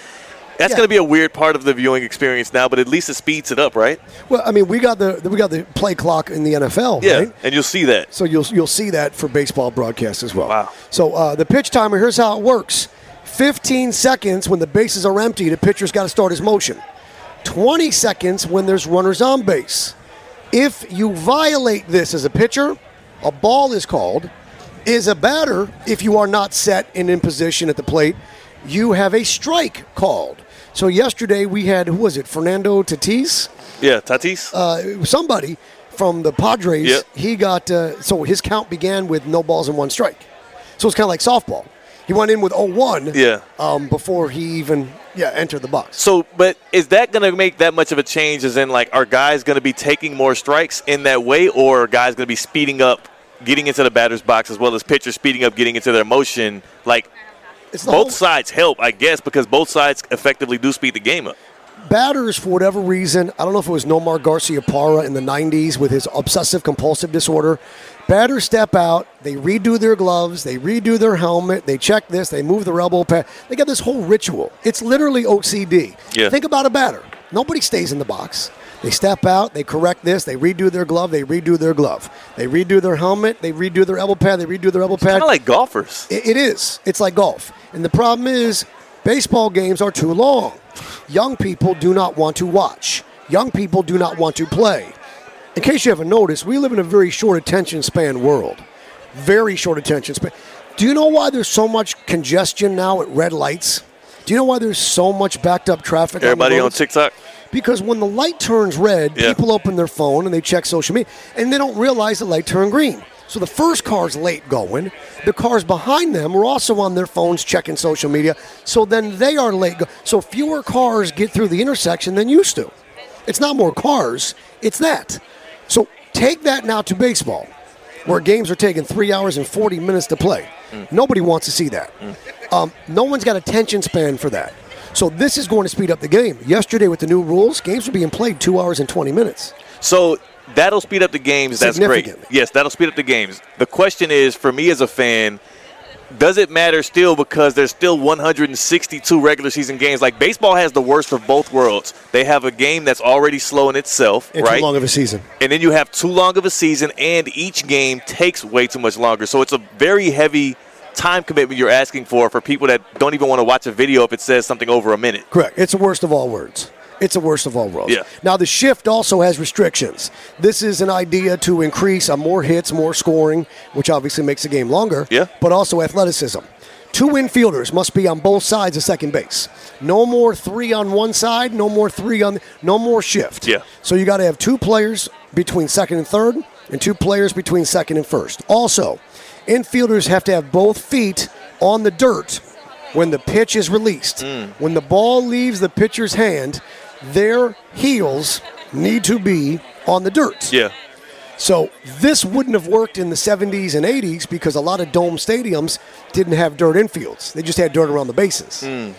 D: that's
C: Yeah.
D: going to be a weird part of the viewing experience now, but at least it speeds it up, right?
C: Well, I mean, we got the we got the play clock in the NFL.
D: Yeah,
C: right?
D: and you'll see that.
C: So you'll you'll see that for baseball broadcasts as well.
D: Wow.
C: So uh, the pitch timer. Here's how it works: 15 seconds when the bases are empty, the pitcher's got to start his motion. 20 seconds when there's runners on base. If you violate this as a pitcher, a ball is called. Is a batter, if you are not set and in position at the plate, you have a strike called. So yesterday we had who was it? Fernando Tatis
D: Yeah, Tatis.
C: Uh, somebody from the Padres,
D: Yep.
C: he got uh, so his count began with no balls and one strike. So it's kind of like softball. He went in with 0-1
D: Yeah.
C: um, before he even yeah entered the box.
D: so, but is that going to make that much of a change? As in, like, are guys going to be taking more strikes in that way, or are guys going to be speeding up, getting into the batter's box as well as pitchers speeding up, getting into their motion? Like,
C: It's the
D: both
C: whole-
D: sides help, I guess, because both sides effectively do speed the game up.
C: batters for whatever reason. I don't know if it was Nomar Garcia Parra in the 90s with his obsessive compulsive disorder. Batters step out, they redo their gloves, they redo their helmet, they check this, they move the elbow pad. They got this whole ritual. It's literally OCD.
D: Yeah.
C: Think about a batter. Nobody stays in the box. They step out, they correct this, they redo their glove, they redo their glove. They redo their helmet, they redo their elbow pad, they redo their elbow pad.
D: Kind of like golfers.
C: It, it is. It's like golf. And the problem is, baseball games are too long. Young people do not want to watch. Young people do not want to play. In case you haven't noticed, we live in a very short attention span world. Very short attention span. Do you know why there's so much congestion now at red lights? Do you know why there's so much backed up traffic?
D: Everybody
C: on, the
D: on
C: roads?
D: TikTok.
C: Because when the light turns red,
D: Yeah.
C: people open their phone and they check social media and they don't realize the light turned green. So the first car's late going. The cars behind them are also on their phones checking social media. So then they are late. Go- so fewer cars get through the intersection than used to. It's not more cars, it's that. So take that now to baseball, where games are taking three hours and 40 minutes to play. Nobody wants to see that. Um, no one's got attention span for that. So this is going to speed up the game. Yesterday with the new rules, games were being played two hours and 20 minutes.
D: So that'll speed up the games. That's great.
C: Significantly.
D: Yes, that'll speed up the games. The question is for me as a fan, does it matter still because there's still 162 regular season games? Like baseball has the worst of both worlds. They have a game that's already slow in itself,
C: And
D: right?
C: too long of a season.
D: and then you have too long of a season, and each game takes way too much longer. So it's a very heavy time commitment you're asking for for people that don't even want to watch a video if it says something over a minute.
C: Correct. It's the worst of all words. It's the worst of all worlds.
D: Yeah.
C: Now the shift also has restrictions. This is an idea to increase on more hits, more scoring, which obviously makes the game longer.
D: Yeah.
C: But also athleticism. Two infielders must be on both sides of second base. No more three on one side. No more three on. No more shift.
D: Yeah.
C: So you got to have two players between second and third, and two players between second and first. Also, infielders have to have both feet on the dirt when the pitch is released. When the ball leaves the pitcher's hand, their heels need to be on the dirt.
D: Yeah.
C: So this wouldn't have worked in the 70s and 80s because a lot of dome stadiums didn't have dirt infields. They just had dirt around the bases.
D: Hmm.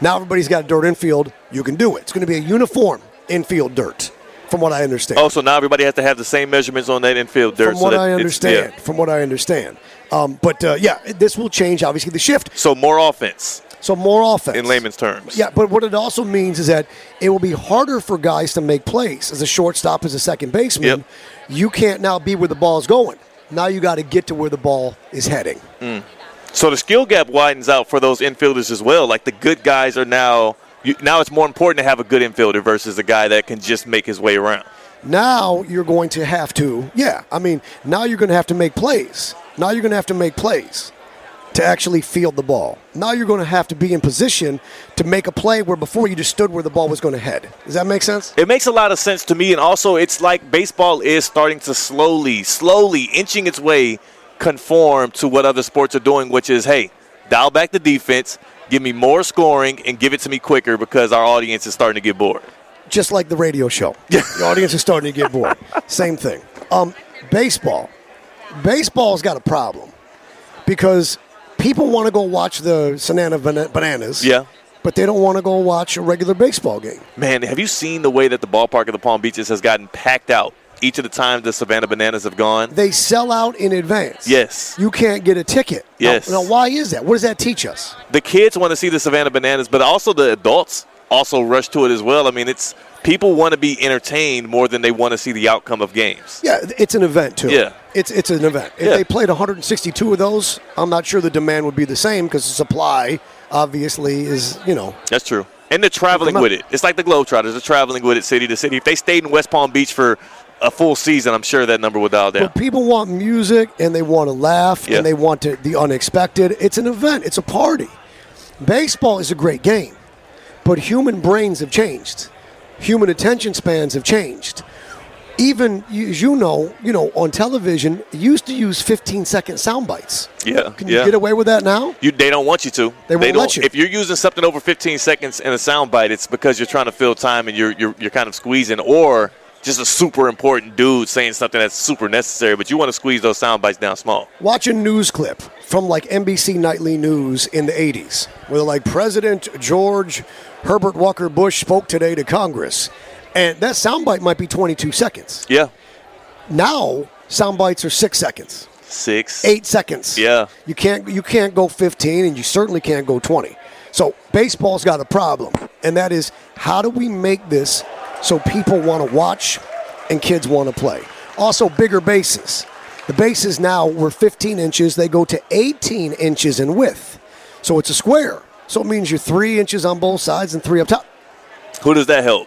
C: Now everybody's got a dirt infield. You can do it. It's going to be a uniform infield dirt, from what I understand.
D: Oh, so now everybody has to have the same measurements on that infield dirt.
C: from
D: so
C: what
D: that
C: I
D: it's- yeah.
C: understand. From what I understand. Um, but uh, yeah, this will change obviously the shift.
D: So more offense
C: So more offense
D: in layman's terms.
C: Yeah, but what it also means is that it will be harder for guys to make plays as a shortstop, as a second baseman.
D: Yep.
C: You can't now be where the ball's going. Now you got to get to where the ball is heading.
D: So the skill gap widens out for those infielders as well. Like the good guys are now. You, now it's more important to have a good infielder versus a guy that can just make his way around.
C: Now you're going to have to, yeah, I mean, now you're going to have to make plays. Now you're going to have to make plays to actually field the ball. Now you're going to have to be in position to make a play where before you just stood where the ball was going to head. Does that make sense?
D: It makes a lot of sense to me, and also it's like baseball is starting to slowly, slowly inching its way conform to what other sports are doing, which is hey, dial back the defense, give me more scoring, and give it to me quicker because our audience is starting to get bored.
C: just like the radio show. the audience is starting to get bored. Same thing. Um, baseball. Baseball's got a problem because people want to go watch the Banana Bananas.
D: Yeah.
C: But they don't want to go watch a regular baseball game.
D: Man, have you seen the way that the ballpark of the Palm Beaches has gotten packed out each of the times the Savannah Bananas have gone?
C: They sell out in advance.
D: Yes.
C: You can't get a ticket. Now-
D: Yes.
C: now why is that? What does that teach us?
D: The kids want to see the Savannah Bananas, but also the adults also rush to it as well. I mean, it's people want to be entertained more than they want to see the outcome of games.
C: Yeah, it's an event too.
D: Yeah.
C: It's it's an event. If
D: Yeah.
C: they played 162 of those, I'm not sure the demand would be the same because the supply obviously is, you know,
D: That's true. And they're traveling
C: Come on.
D: with it. It's like the Globetrotters. They're traveling with it city to city. If they stayed in West Palm Beach for a full season, I'm sure that number would dial down.
C: but people want music and they want to laugh
D: Yeah.
C: and they want to, the unexpected. It's an event. It's a party. Baseball is a great game, but human brains have changed. Human attention spans have changed. Even y- as you know, you know, on television, you used to use 15 second sound bites.
D: Yeah,
C: Can you
D: yeah.
C: get away with that now?
D: You, they don't want you to.
C: They won't let
D: don't-
C: you.
D: If you're using something over 15 seconds in a soundbite, it's because you're trying to fill time and you're, you're you're kind of squeezing, or just a super important dude saying something that's super necessary, but you want to squeeze those sound bites down small.
C: Watch a news clip from like NBC Nightly News in the 80s, where like President George Herbert Walker Bush spoke today to Congress. And that soundbite might be 22 seconds.
D: Yeah,
C: Now, soundbites are six seconds,
D: six,
C: eight seconds.
D: Yeah.
C: You can't, you can't go 15, and you certainly can't go 20. So, baseball's got a problem, and that is how do we make this so people want to watch and kids want to play? Also, bigger bases. The bases now were 15 inches, they go to 18 inches in width. So, it's a square. So, it means you're three inches on both sides and three up top.
D: Who does that help?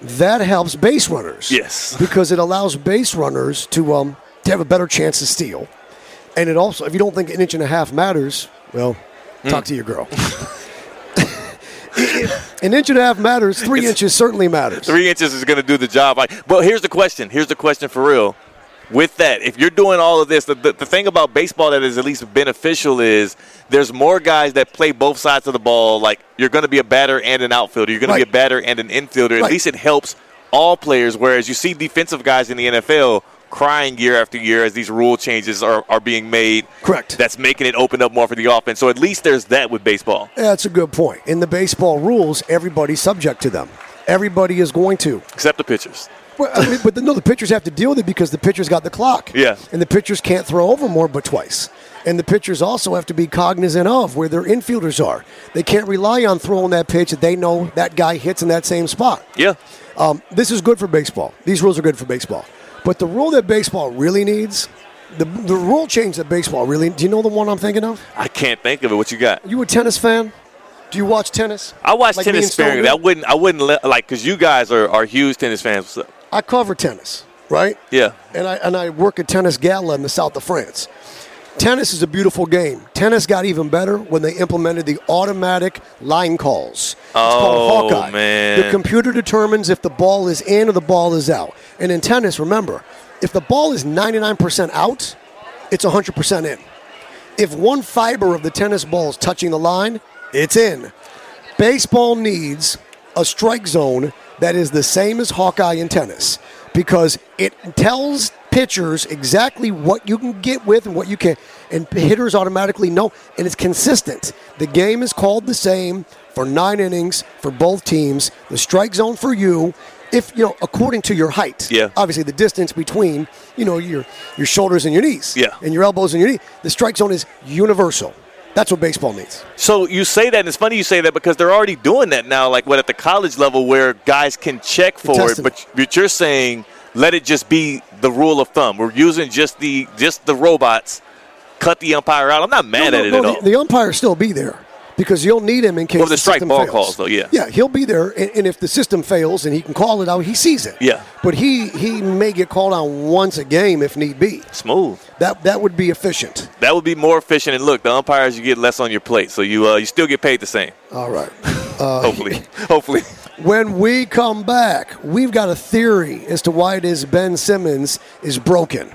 C: That helps base runners.
D: Yes.
C: Because it allows base runners to um to have a better chance to steal. And it also if you don't think an inch and a half matters, well,
D: Hmm.
C: talk to your girl. an inch and a half matters, three inches certainly matters.
D: Three inches is going to do the job. Like, but here's the question. Here's the question for real. With that, if you're doing all of this, the, the, the thing about baseball that is at least beneficial is there's more guys that play both sides of the ball. Like you're going to be a batter and an outfielder. You're going to
C: Right.
D: be a batter and an infielder. At
C: Right.
D: least it helps all players. Whereas you see defensive guys in the NFL crying year after year as these rule changes are, are being made.
C: Correct.
D: That's making it open up more for the offense. So at least there's that with baseball.
C: That's a good point. In the baseball rules, everybody's subject to them. Everybody is going to.
D: Except the pitchers.
C: Well, I mean, but the, no, the pitchers have to deal with it because the pitchers got the clock.
D: Yeah.
C: And the pitchers can't throw over more but twice. And the pitchers also have to be cognizant of where their infielders are. They can't rely on throwing that pitch that they know that guy hits in that same spot.
D: Yeah.
C: Um, this is good for baseball. These rules are good for baseball. But the rule that baseball really needs, the, the rule change that baseball really, do you know the one I'm thinking of?
D: I can't think of it. What you got?
C: Are you a tennis fan? Do you watch tennis?
D: I watch
C: Like me
D: tennis
C: and Stone
D: sparingly.
C: do?
D: I wouldn't. I wouldn't let like because you guys are, are huge tennis fans. What's up?
C: I cover tennis, right?
D: Yeah.
C: And I and I work at tennis gala in the south of France. Tennis is a beautiful game. Tennis got even better when they implemented the automatic line calls. It's
D: Oh,
C: called Hawkeye.
D: man.
C: The computer determines if the ball is in or the ball is out. And in tennis, remember, if the ball is 99% out, it's 100% in. If one fiber of the tennis ball is touching the line, it's in. Baseball needs a strike zone that is the same as Hawkeye in tennis because it tells pitchers exactly what you can get with and what you can and hitters automatically know and it's consistent. The game is called the same for 9 innings for both teams. The strike zone for you if you know according to your height.
D: Yeah.
C: Obviously the distance between, you know, your your shoulders and your knees
D: Yeah.
C: and your elbows and your knee. The strike zone is universal. That's what baseball needs.
D: So you say that, and it's funny you say that because they're already doing that now. Like what at the college level where guys can check for it,
C: testing.
D: but but you're saying let it just be the rule of thumb. We're using just the just the robots. Cut the umpire out. I'm not mad
C: No,
D: at
C: no,
D: it
C: no,
D: at
C: the,
D: all.
C: the umpire still be there because you'll need him in case
D: Well, the strike
C: system
D: ball
C: fails.
D: calls, though, yeah.
C: yeah, he'll be there, and, and if the system fails and he can call it out, he sees it.
D: Yeah.
C: but he he may get called out once a game if need be.
D: Smooth.
C: That that would be efficient.
D: That would be more efficient. And look, the umpires you get less on your plate, so you uh, you still get paid the same.
C: All right. Uh,
D: hopefully, hopefully.
C: When we come back, we've got a theory as to why it is Ben Simmons is broken.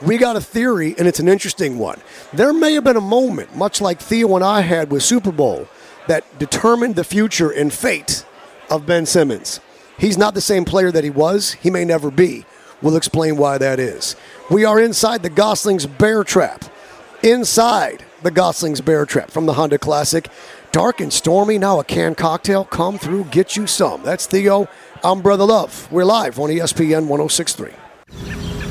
C: We got a theory, and it's an interesting one. There may have been a moment, much like Theo and I had with Super Bowl, that determined the future and fate of Ben Simmons. He's not the same player that he was. He may never be. We'll explain why that is. We are inside the Goslings Bear Trap. Inside the Goslings Bear Trap from the Honda Classic. Dark and stormy, now a canned cocktail. Come through, get you some. That's Theo. I'm Brother Love. We're live on E ESPN 1063.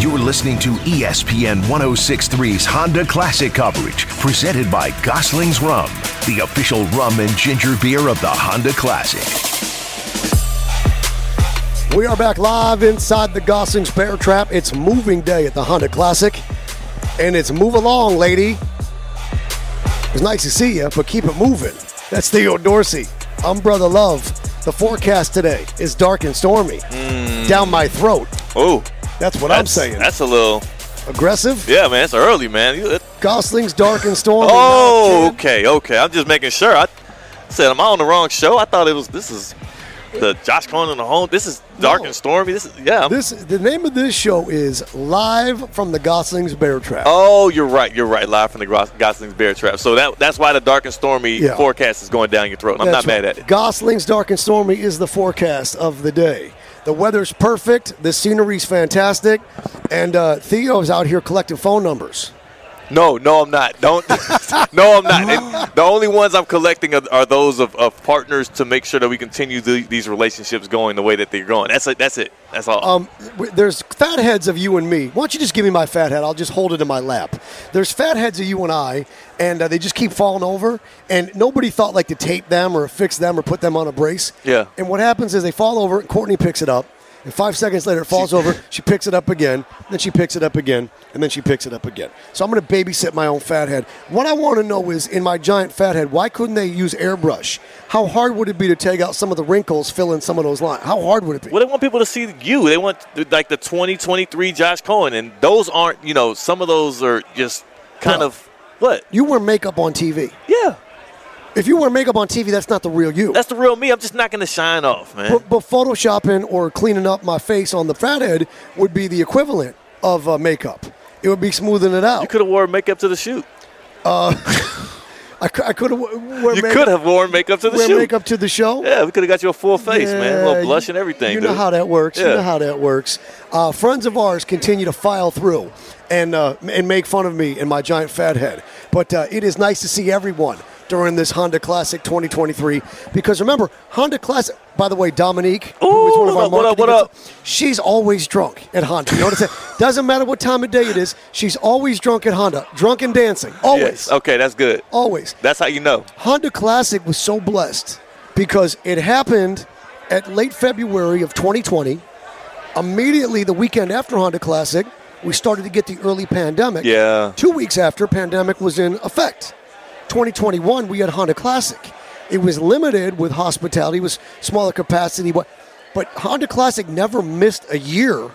B: You're listening to E ESPN 1063's Honda Classic coverage, presented by Gosling's Rum, the official rum and ginger beer of the Honda Classic.
C: We are back live inside the Goslings Bear Trap. It's moving day at the Honda Classic, and it's move along, lady. It's nice to see you, but keep it moving. That's Theo Dorsey. I'm Brother Love. The forecast today is dark and stormy. Down my throat.
D: Oh,
C: That's what I'm
D: Hmm. that's,
C: saying.
D: That's a little.
C: Aggressive.
D: Yeah, man, it's early, man. You-
C: Goslings, dark and stormy.
D: Oh, okay, okay. I'm just making sure. I said, am I on the wrong show? I thought it was. This is the Josh Cohen and the home. This is dark
C: No.
D: and stormy. This is yeah. I'm-
C: This the name of this show is Live from the Goslings Bear Trap.
D: oh, you're right. You're right. Live from the Gros- Gosling's Bear Trap. So that that's why the dark and stormy
C: Yeah.
D: forecast is going down your throat. and I'm
C: That's
D: not mad
C: right.
D: at it.
C: Gosling's Dark and Stormy is the forecast of the day. The weather's perfect. The scenery's fantastic. And uh, Theo's out here collecting phone numbers.
D: No, no, I'm not. Don't. no, I'm not. And the only ones I'm collecting are, are those of, of partners to make sure that we continue the, these relationships going the way that they're going. That's it. That's it. That's all.
C: Um, w- there's fat heads of you and me. Why don't you just give me my fat head? I'll just hold it in my lap. There's fat heads of you and I, and uh, they just keep falling over. And nobody thought like to tape them or fix them or put them on a brace.
D: Yeah.
C: And what happens is they fall over, and Courtney picks it up. And five seconds later, it falls over. She picks it up again. Then she picks it up again. And then she picks it up again. So I'm going to babysit my own fat head. What I want to know is in my giant fat head, why couldn't they use airbrush? How hard would it be to take out some of the wrinkles, fill in some of those lines? How hard would it be?
D: well, they want people to see you. They want like the 2023 Josh Cohen, and those aren't. You know, some of those are just kind
C: No.
D: of what?
C: You wear makeup on TV.
D: Yeah,
C: If you wear makeup on TV, that's not the real you.
D: that's the real me. I'm just not going to shine off, man.
C: but, but photoshopping or cleaning up my face on the fathead would be the equivalent of uh, makeup. It would be smoothing it out.
D: you could have worn makeup to the shoot.
C: I, cou- I could have wear
D: You
C: makeup,
D: could have worn makeup to the
C: wear
D: shoot.
C: makeup to the show.
D: Yeah, we could have got you a full face, man. A
C: Yeah,
D: little blush
C: Uh, you-
D: and everything.
C: You know
D: dude.
C: how that works. You
D: Yeah.
C: know how that works. Uh, friends of ours continue to file through and uh, and make fun of me and my giant fat head. But uh, it is nice to see everyone during this Honda Classic 2023 because remember Honda Classic. By the way, Dominique, who is
D: Ooh,
C: one of our
D: what up, what
C: marketing
D: up?
C: cons- she's always drunk at Honda. You notice that? Doesn't matter what time of day it is, she's always drunk at Honda, drunk and dancing, always,
D: Yes. Okay, that's good.
C: always.
D: That's how you know.
C: Honda Classic was so blessed because it happened at late February of 2020. Immediately the weekend after Honda Classic, we started to get the early pandemic.
D: Yeah.
C: Two weeks after pandemic was in effect. 2021, we had Honda Classic. It was limited with hospitality, it was smaller capacity, but but Honda Classic never missed a year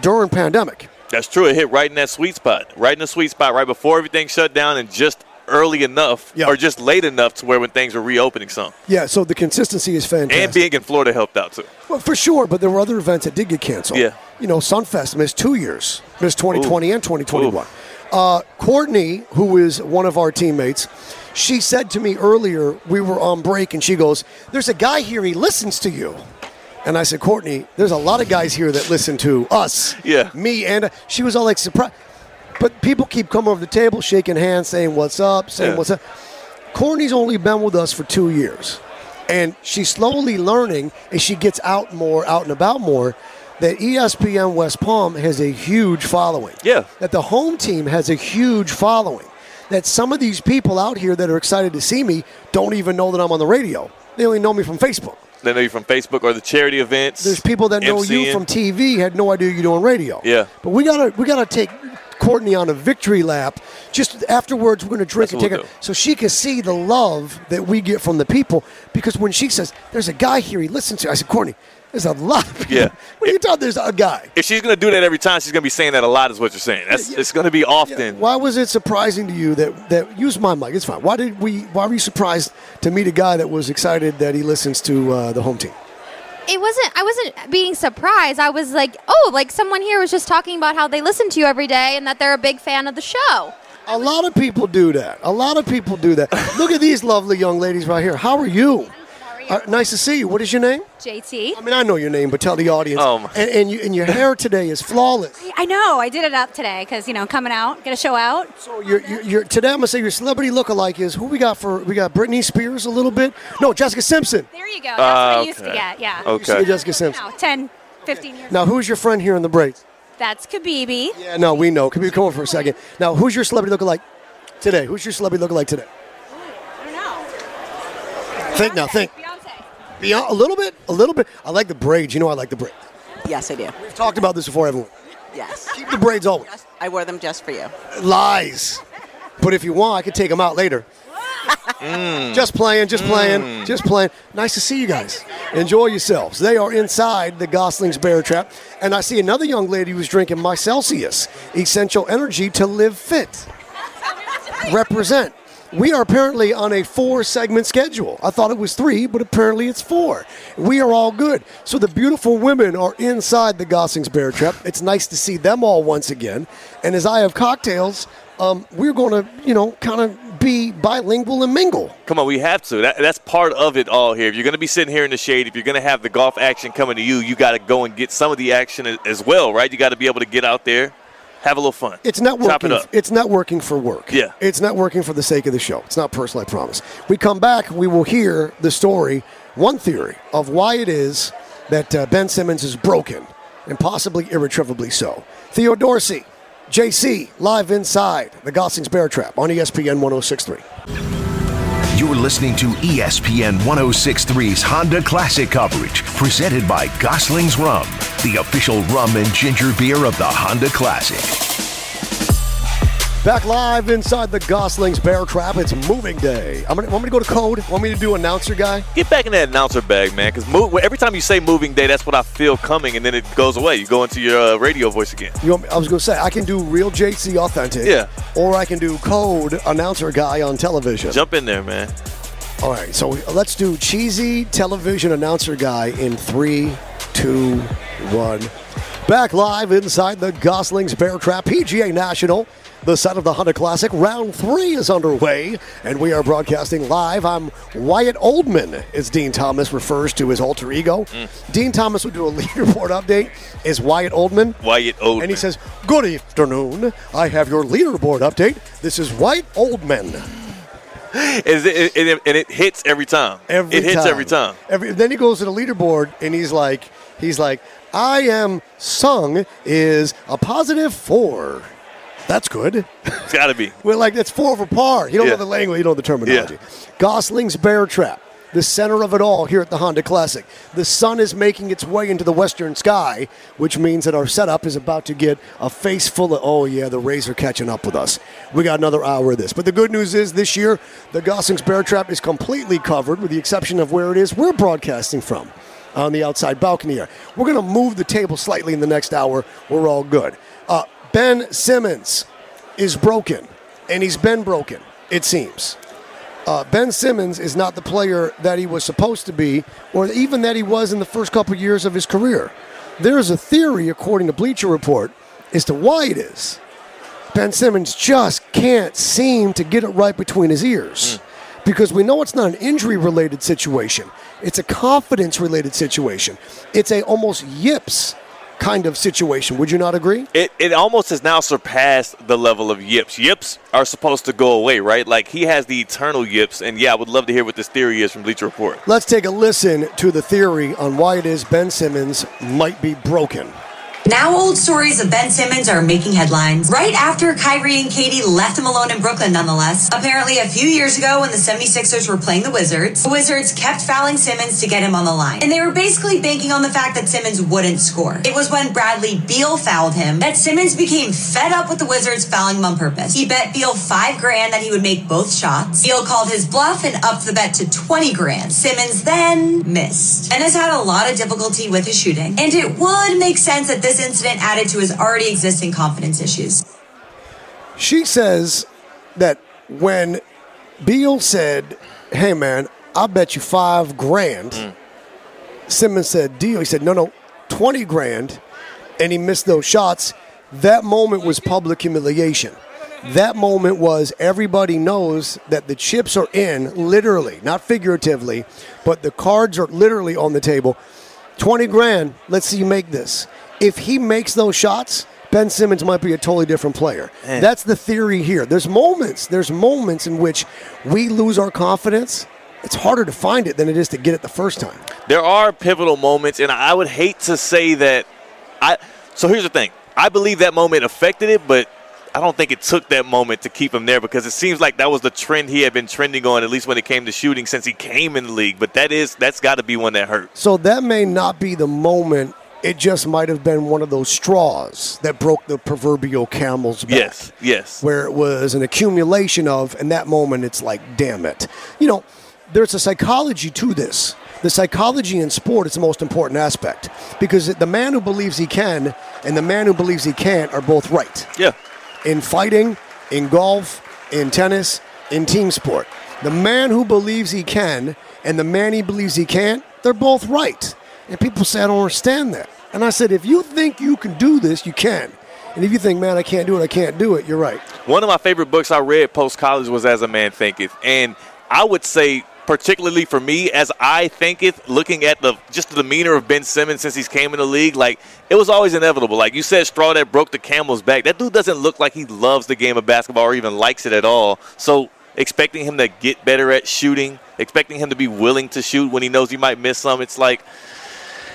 C: during pandemic.
D: That's true. It hit right in that sweet spot, right in the sweet spot, right before everything shut down, and just early enough,
C: Yeah.
D: or just late enough to where when things were reopening some,
C: Yeah, so the consistency is fantastic.
D: and being in Florida helped out too.
C: Well, for sure, but there were other events that did get canceled.
D: Yeah.
C: You know, Sunfest missed two years, missed 2020 and 2021. Uh, Courtney, who is one of our teammates, she said to me earlier, we were on break, and she goes, There's a guy here, he listens to you. And I said, Courtney, there's a lot of guys here that listen to us.
D: Yeah.
C: Me and she was all like surprised. But people keep coming over the table, shaking hands, saying what's up, saying
D: Yeah.
C: what's up. Courtney's only been with us for two years, and she's slowly learning as she gets out more, out and about more, that E ESPN West Palm has a huge following.
D: Yeah.
C: That the home team has a huge following. That some of these people out here that are excited to see me don't even know that I'm on the radio. They only know me from Facebook.
D: They know you from Facebook or the charity events.
C: There's people that know you
D: MCing.
C: from TV had no idea you're doing radio.
D: Yeah.
C: But we gotta we gotta take Courtney on a victory lap. Just afterwards, we're gonna drink
D: That's what
C: and take
D: we'll
C: her
D: do.
C: so she can see the love that we get from the people. Because when she says, "There's a guy here," he listens to. I said, "Courtney, there's a lot." Of people.
D: Yeah.
C: What are you talking? There's a guy.
D: If she's gonna do that every time, she's gonna be saying that a lot. Is what you're saying. That's
C: Yeah.
D: it's gonna be often.
C: Why was it surprising to you that that use my mic? It's fine. Why did we? Why were you surprised to meet a guy that was excited that he listens to uh, the home team?
E: it wasn't i wasn't being surprised i was like oh like someone here was just talking about how they listen to you every day and that they're a big fan of the show
C: A lot of people do that. A lot of people do that. Look at these lovely young ladies right here. How are you? Uh, nice to see you. What is your name? I
E: JT.
C: mean, I know your name, but tell the audience.
D: Oh, my-
C: and and, you, and your hair today is flawless.
F: I know. I did it up today because you know coming out, gonna show out.
C: So your your your- today, I'm gonna say your celebrity lookalike is who we got for we got Britney Spears a little bit. No, Jessica Simpson.
F: There you go. That's
D: Ah,
F: what I used to
D: okay.
F: get. Yeah.
D: Okay.
C: You see Jessica Simpson.
F: Now, 10, 15 years.
C: Now, who's your friend here in the break?
F: That's Kabibi.
C: Yeah, no, we know. Can we come over for a second? Now, who's your celebrity lookalike today? Who's your celebrity lookalike today?
F: I don't know.
C: Think now,
F: Beyonce,
C: think.
F: Beyonce.
C: Beyond, a little bit, a little bit. I like the braids. You know, I like the braids.
G: Yes, I do.
C: We've talked about this before, everyone.
G: Yes.
C: Keep the braids always.
G: I wore them just for you.
C: Lies. But if you want, I could take them out later. Just playing, just playing, just playing. Nice to see you guys. Enjoy yourselves. They are inside the Goslings Bear Trap. And I see another young lady who's drinking my Celsius Essential Energy to Live Fit. Represent. We are apparently on a four segment schedule. I thought it was three, but apparently it's four. We are all good. So the beautiful women are inside the Goslings Bear Trap. It's nice to see them all once again. And as I have cocktails, um, we're going to, you know, kind of be bilingual and mingle.
D: Come on, we have to. That, that's part of it all here. If you're going to be sitting here in the shade, if you're going to have the golf action coming to you, you got to go and get some of the action a- as well, right? You got to be able to get out there, have a little fun.
C: It's not working.
D: Chop it up.
C: It's not working for work.
D: Yeah.
C: It's not working for the sake of the show. It's not personal, I promise. We come back, we will hear the story, one theory of why it is that uh, Ben Simmons is broken and possibly irretrievably so. Theo Dorsey, JC, live inside the Goslings Bear Trap on E ESPN 1063.
B: You're listening to E ESPN 1063's Honda Classic coverage, presented by Gosling's Rum, the official rum and ginger beer of the Honda Classic.
C: Back live inside the Goslings Bear Trap. It's moving day. I'm gonna, want me to go to code? Want me to do announcer guy?
D: Get back in that announcer bag, man, because every time you say moving day, that's what I feel coming, and then it goes away. You go into your uh, radio voice again.
C: You want me, I was going to say I can do real JC authentic,
D: Yeah.
C: or I can do code announcer guy on television.
D: Jump in there, man.
C: All right, so let's do cheesy television announcer guy in three, two, one. Back live inside the Goslings Bear Trap PGA National, the site of the Honda Classic. Round three is underway, and we are broadcasting live. I'm Wyatt Oldman, as Dean Thomas refers to his alter ego.
D: Mm.
C: Dean Thomas would do a leaderboard update. Is Wyatt Oldman?
D: Wyatt Oldman.
C: And he says, Good afternoon. I have your leaderboard update. This is White Oldman.
D: Is it, it- it- and it hits every time.
C: Every
D: it hits
C: time.
D: every time.
C: Every- then he goes to the leaderboard and he's like, he's like, I am sung is a positive four. That's good.
D: It's got to be.
C: We're like, that's four for par. You don't
D: Yeah.
C: know the language, you don't know the terminology. Gosling's Bear Trap, the center of it all here at the Honda Classic. The sun is making its way into the western sky, which means that our setup is about to get a face full of, oh yeah, the Rays are catching up with us. We got another hour of this. But the good news is this year, the Gosling's Bear Trap is completely covered with the exception of where it is we're broadcasting from. On the outside balcony here. We're going to move the table slightly in the next hour. We're all good. Uh, ben Simmons, is broken, and he's been broken, it seems. Uh, ben Simmons is not the player that he was supposed to be, or even that he was in the first couple years of his career. There is a theory, according to Bleacher Report, as to why it is. Ben Simmons just can't seem to get it right between his ears because we know it's not an injury related situation. It's a confidence related situation. It's a almost yips kind of situation. Would you not agree?
D: It, it almost has now surpassed the level of yips. Yips are supposed to go away, right? Like he has the eternal yips, and yeah, I would love to hear what this theory is from Bleacher Report.
C: Let's take a listen to the theory on why it is Ben Simmons might be broken.
H: Now, old stories of Ben Simmons are making headlines right after Kyrie and Katie left him alone in Brooklyn, nonetheless. Apparently, a few years ago, when the 76ers were playing the Wizards, the Wizards kept fouling Simmons to get him on the line. And they were basically banking on the fact that Simmons wouldn't score. It was when Bradley Beal fouled him that Simmons became fed up with the Wizards fouling him on purpose. He bet Beal five grand that he would make both shots. Beal called his bluff and upped the bet to 20 grand. Simmons then missed and has had a lot of difficulty with his shooting. And it would make sense that this incident added to his already existing confidence issues.
C: She says that when Beal said, Hey man, I'll bet you five grand, Simmons said, Deal. He said, No, no, 20 grand. And he missed those shots. That moment was public humiliation. That moment was everybody knows that the chips are in, literally, not figuratively, but the cards are literally on the table. 20 grand, let's see you make this. If he makes those shots, Ben Simmons might be a totally different player. That's the theory here. There's moments, there's moments in which we lose our confidence. It's harder to find it than it is to get it the first time.
D: there are pivotal moments, and I would hate to say that. I so here's the thing: I believe that moment affected it, but I don't think it took that moment to keep him there because it seems like that was the trend he had been trending on, at least when it came to shooting since he came in the league. But that is that's got to be one that hurts.
C: So that may not be the moment. It just might have been one of those straws that broke the proverbial camel's back.
D: Yes, yes.
C: Where it was an accumulation of, and that moment it's like, damn it. You know, there's a psychology to this. The psychology in sport is the most important aspect because the man who believes he can and the man who believes he can't are both right
D: Yeah,
C: in fighting, in golf, in tennis, in team sport. The man who believes he can and the man he believes he can't, they're both right. And people say, I don't understand that. And I said, if you think you can do this, you can. And if you think, man, I can't do it, I can't do it, you're right.
D: one of my favorite books I read post college was As a Man Thinketh, and I would say. Particularly for me, as I thinketh, looking at the just the demeanor of Ben Simmons since he's came in the league, like it was always inevitable. Like you said, straw that broke the camel's back. That dude doesn't look like he loves the game of basketball or even likes it at all. So expecting him to get better at shooting, expecting him to be willing to shoot when he knows he might miss some, it's like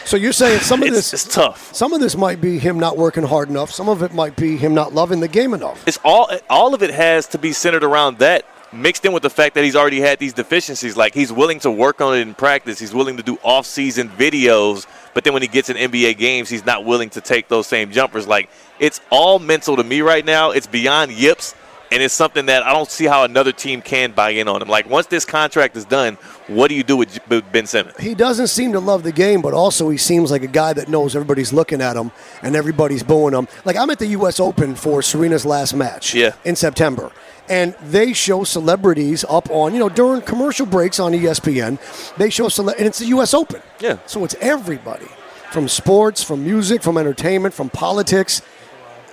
C: So you're saying some of
D: it's,
C: this
D: it's tough.
C: some of this might be him not working hard enough, some of it might be him not loving the game enough.
D: it's all all of it has to be centered around that mixed in with the fact that he's already had these deficiencies like he's willing to work on it in practice he's willing to do off-season videos but then when he gets in nba games he's not willing to take those same jumpers like it's all mental to me right now it's beyond yips and it's something that i don't see how another team can buy in on him like once this contract is done what do you do with J- with ben simmons
C: He doesn't seem to love the game, but also he seems like a guy that knows everybody's looking at him and everybody's booing him. Like I'm at the U.S. Open for Serena's last match
D: Yeah.
C: in September, and they show celebrities up on you know during commercial breaks on E ESPN. They show cele- and it's the U.S. Open,
D: Yeah.
C: So it's everybody from sports, from music, from entertainment, from politics.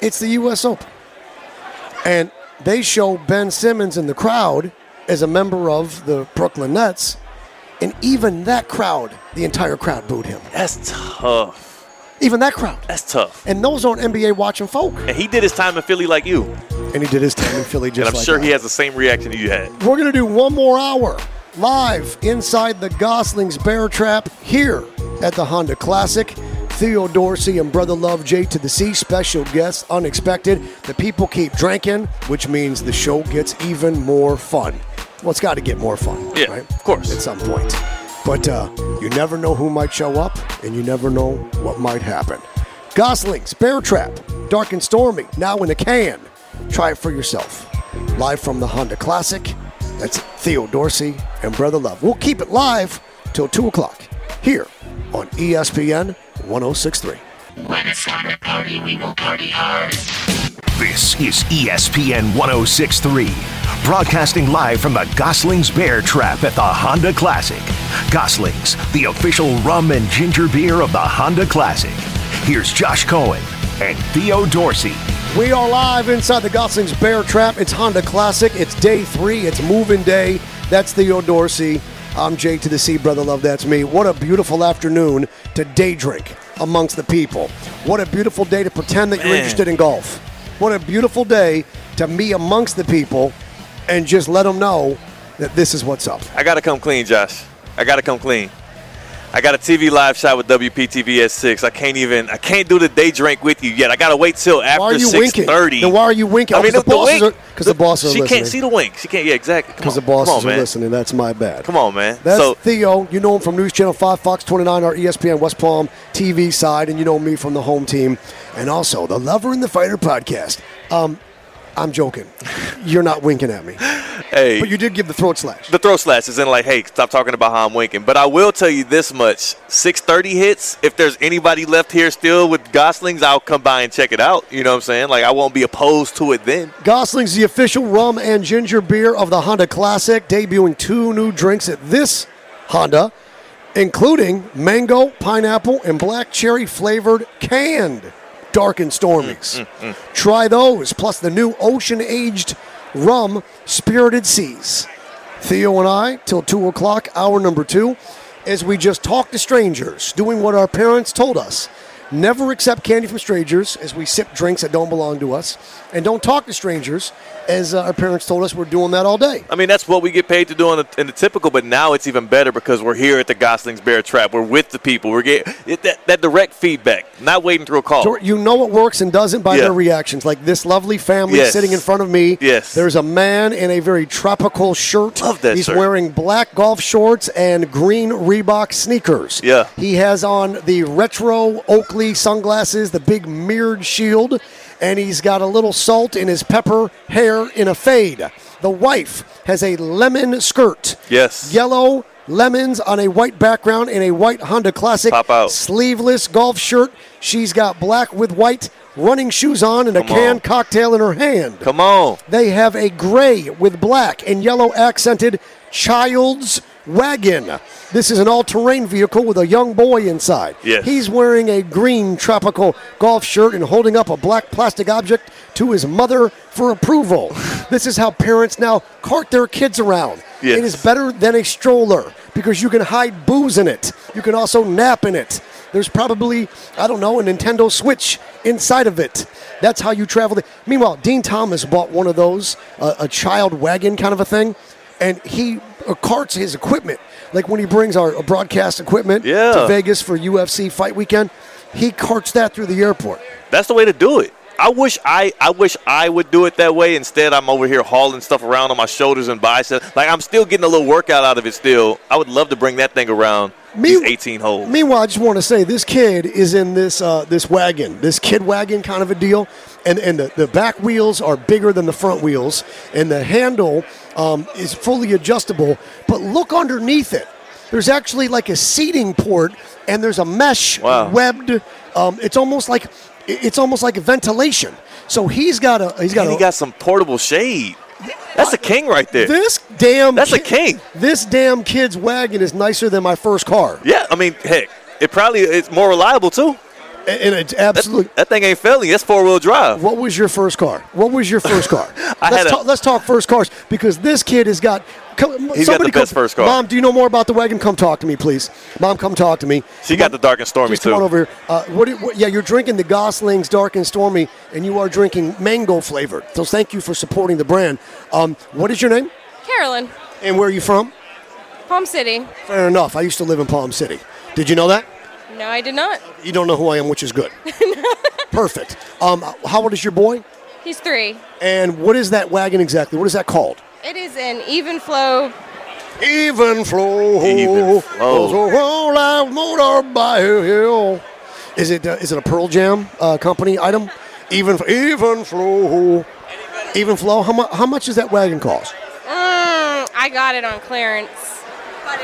C: It's the U.S. Open, and they show Ben Simmons in the crowd as a member of the Brooklyn Nets. And even that crowd, the entire crowd booed him.
D: that's tough
C: Even that crowd.
D: that's tough
C: And those aren't NBA watching folk.
D: and he did his time in philly like you and
C: And he did his time in Philly just
D: i'm
C: like
D: sure
C: that.
D: he has the same reaction you had
C: We're going to do one more hour live inside the Goslings Bear Trap here at the Honda Classic. Theo Dorsey and Brother Love J to the C, special guests, unexpected. The people keep drinking, which means the show gets even more fun. Well, it's got to get more fun,
D: Yeah,
C: right?
D: of course.
C: At some point. But uh, you never know who might show up, and you never know what might happen. Goslings, Bear Trap, Dark and Stormy, now in a can. Try it for yourself. Live from the Honda Classic. That's Theo Dorsey and Brother Love. We'll keep it live till 2 o'clock here on E ESPN 1063.
A: When it's time to party, we will party hard.
B: This is E ESPN 1063, broadcasting live from the Goslings Bear Trap at the Honda Classic. Goslings, the official rum and ginger beer of the Honda Classic. Here's Josh Cohen and Theo Dorsey.
C: We are live inside the Goslings Bear Trap. It's Honda Classic. It's day three. It's moving day. That's Theo Dorsey. I'm Jake to the Sea, brother love. That's me. What a beautiful afternoon to day drink amongst the people. What a beautiful day to pretend that you're
D: Man.
C: interested in golf. What a beautiful day to be amongst the people and just let them know that this is what's up.
D: I gotta come clean, Josh. I gotta come clean. I got a TV live shot with WPTV at six. I can't even. I can't do the day drink with you yet. I gotta wait till
C: Why are
D: after
C: you
D: six
C: winking?
D: thirty.
C: Then why are you winking? Oh,
D: I mean,
C: the,
D: the,
C: bosses
D: wink.
C: are because the, bosses
D: She
C: are listening.
D: can't see the wink. She can't. Yeah, exactly. Come
C: because the
D: on. Come
C: bosses
D: on, man.
C: are listening. That's my bad.
D: Come on, man.
C: That's
D: so
C: Theo. You know him from News Channel 5, Fox 29, our E ESPN West Palm TV side, and you know me from the home team, and also the Lover and the Fighter podcast. Um, I'm joking. You're not winking at me.
D: hey,
C: But you did give the throat slash.
D: the throw slash is in like, hey, stop talking about how I'm winking. But I will tell you this much: six thirty hits. If there's anybody left here still with Goslings, I'll come by and check it out. You know what I'm saying? Like, I won't be opposed to it then.
C: Gosling's the official rum and ginger beer of the Honda Classic, debuting two new drinks at this Honda, including mango, pineapple, and black cherry flavored canned dark and
D: Mm,
C: stormies. Try those, plus the new ocean aged rum, Spirited Seas. Theo and I, till 2 o'clock, hour number two, as we just talk to strangers, doing what our parents told us. Never accept candy from strangers as we sip drinks that don't belong to us. And don't talk to strangers as uh, our parents told us we're doing that all day.
D: I mean, that's what we get paid to do in the, in the typical, but now it's even better because we're here at the Goslings Bear Trap. We're with the people. We're getting it, that, that direct feedback, not waiting through a call.
C: So you know what works and doesn't by
D: Yeah.
C: their reactions. Like this lovely family
D: Yes.
C: sitting in front of me.
D: Yes.
C: There's a man in a very tropical shirt.
D: Love that
C: He's
D: shirt.
C: wearing black golf shorts and green Reebok sneakers.
D: Yeah.
C: He has on the retro Oakley sunglasses, the big mirrored shield, and he's got a little salt in his pepper hair in a fade. The wife has a lemon skirt.
D: Yes.
C: Yellow lemons on a white background in a white Honda Classic
D: Pop out.
C: sleeveless golf shirt. She's got black with white running shoes on and a
D: Come on.
C: canned cocktail in her hand.
D: Come on.
C: They have a gray with black and yellow accented child's wagon. This is an all terrain vehicle with a young boy inside.
D: Yes.
C: He's wearing a green tropical golf shirt and holding up a black plastic object to his mother for approval. this is how parents now cart their kids around.
D: Yes.
C: It is better than a stroller because you can hide booze in it. You can also nap in it. There's probably, I don't know, a Nintendo Switch inside of it. That's how you travel. Meanwhile, Dean Thomas bought one of those, uh, a child wagon kind of a thing, and he uh, carts his equipment. Like when he brings our broadcast equipment to
D: Yeah.
C: Vegas for UFC fight weekend, he carts that through the airport.
D: That's the way to do it. I wish I, I wish I would do it that way. Instead, I'm over here hauling stuff around on my shoulders and biceps. Like I'm still getting a little workout out of it. Still, I would love to bring that thing around these 18 holes.
C: Meanwhile, I just want to say this kid is in this uh, this wagon, this kid wagon kind of a deal, and and the, the back wheels are bigger than the front wheels, and the handle um, is fully adjustable. But look underneath it. There's actually like a seating port, and there's a mesh
D: Wow.
C: webbed. Um, it's almost like it's almost like ventilation. So he's got a he's got
D: and
C: a
D: he got some portable shade. That's a king right there.
C: this damn.
D: That's a
C: kid-
D: king.
C: This damn kid's wagon is nicer than my first car,
D: Yeah, I mean, heck, it probably it's more reliable too.
C: and and it's
D: That,
C: absolutely.
D: that thing ain't failing. That's four wheel drive.
C: What was your first car? What was your first car?
D: I
C: let's,
D: had a-
C: talk, let's talk first cars because this kid has got. Come,
D: He's got
C: somebody
D: the
C: come-
D: best first car.
C: Mom, do you know more about the wagon? Come talk to me, please. Mom, come talk to me.
D: She got the dark and stormy
C: Just
D: too.
C: come on over here. Uh, what, do- what- yeah, you're drinking the Goslings Dark and Stormy, and you are drinking mango flavored. So thank you for supporting the brand. Um, what is your name?
I: Carolyn,
C: And where are you from?
I: Palm City.
C: Fair enough. I used to live in Palm City. Did you know that?
I: No, I did not.
C: You don't know who I am, which is good. Perfect. Um, how old is your boy?
I: He's three.
C: And what is that wagon exactly? What is that called?
I: It is an even flow.
C: Even flow.
D: Even flow.
C: Goes a roll out motorbike. Is it uh, is it a Pearl Jam uh, company item? Even even flow. Even flow. How much how much does that wagon cost?
I: Mm, I got it on clearance.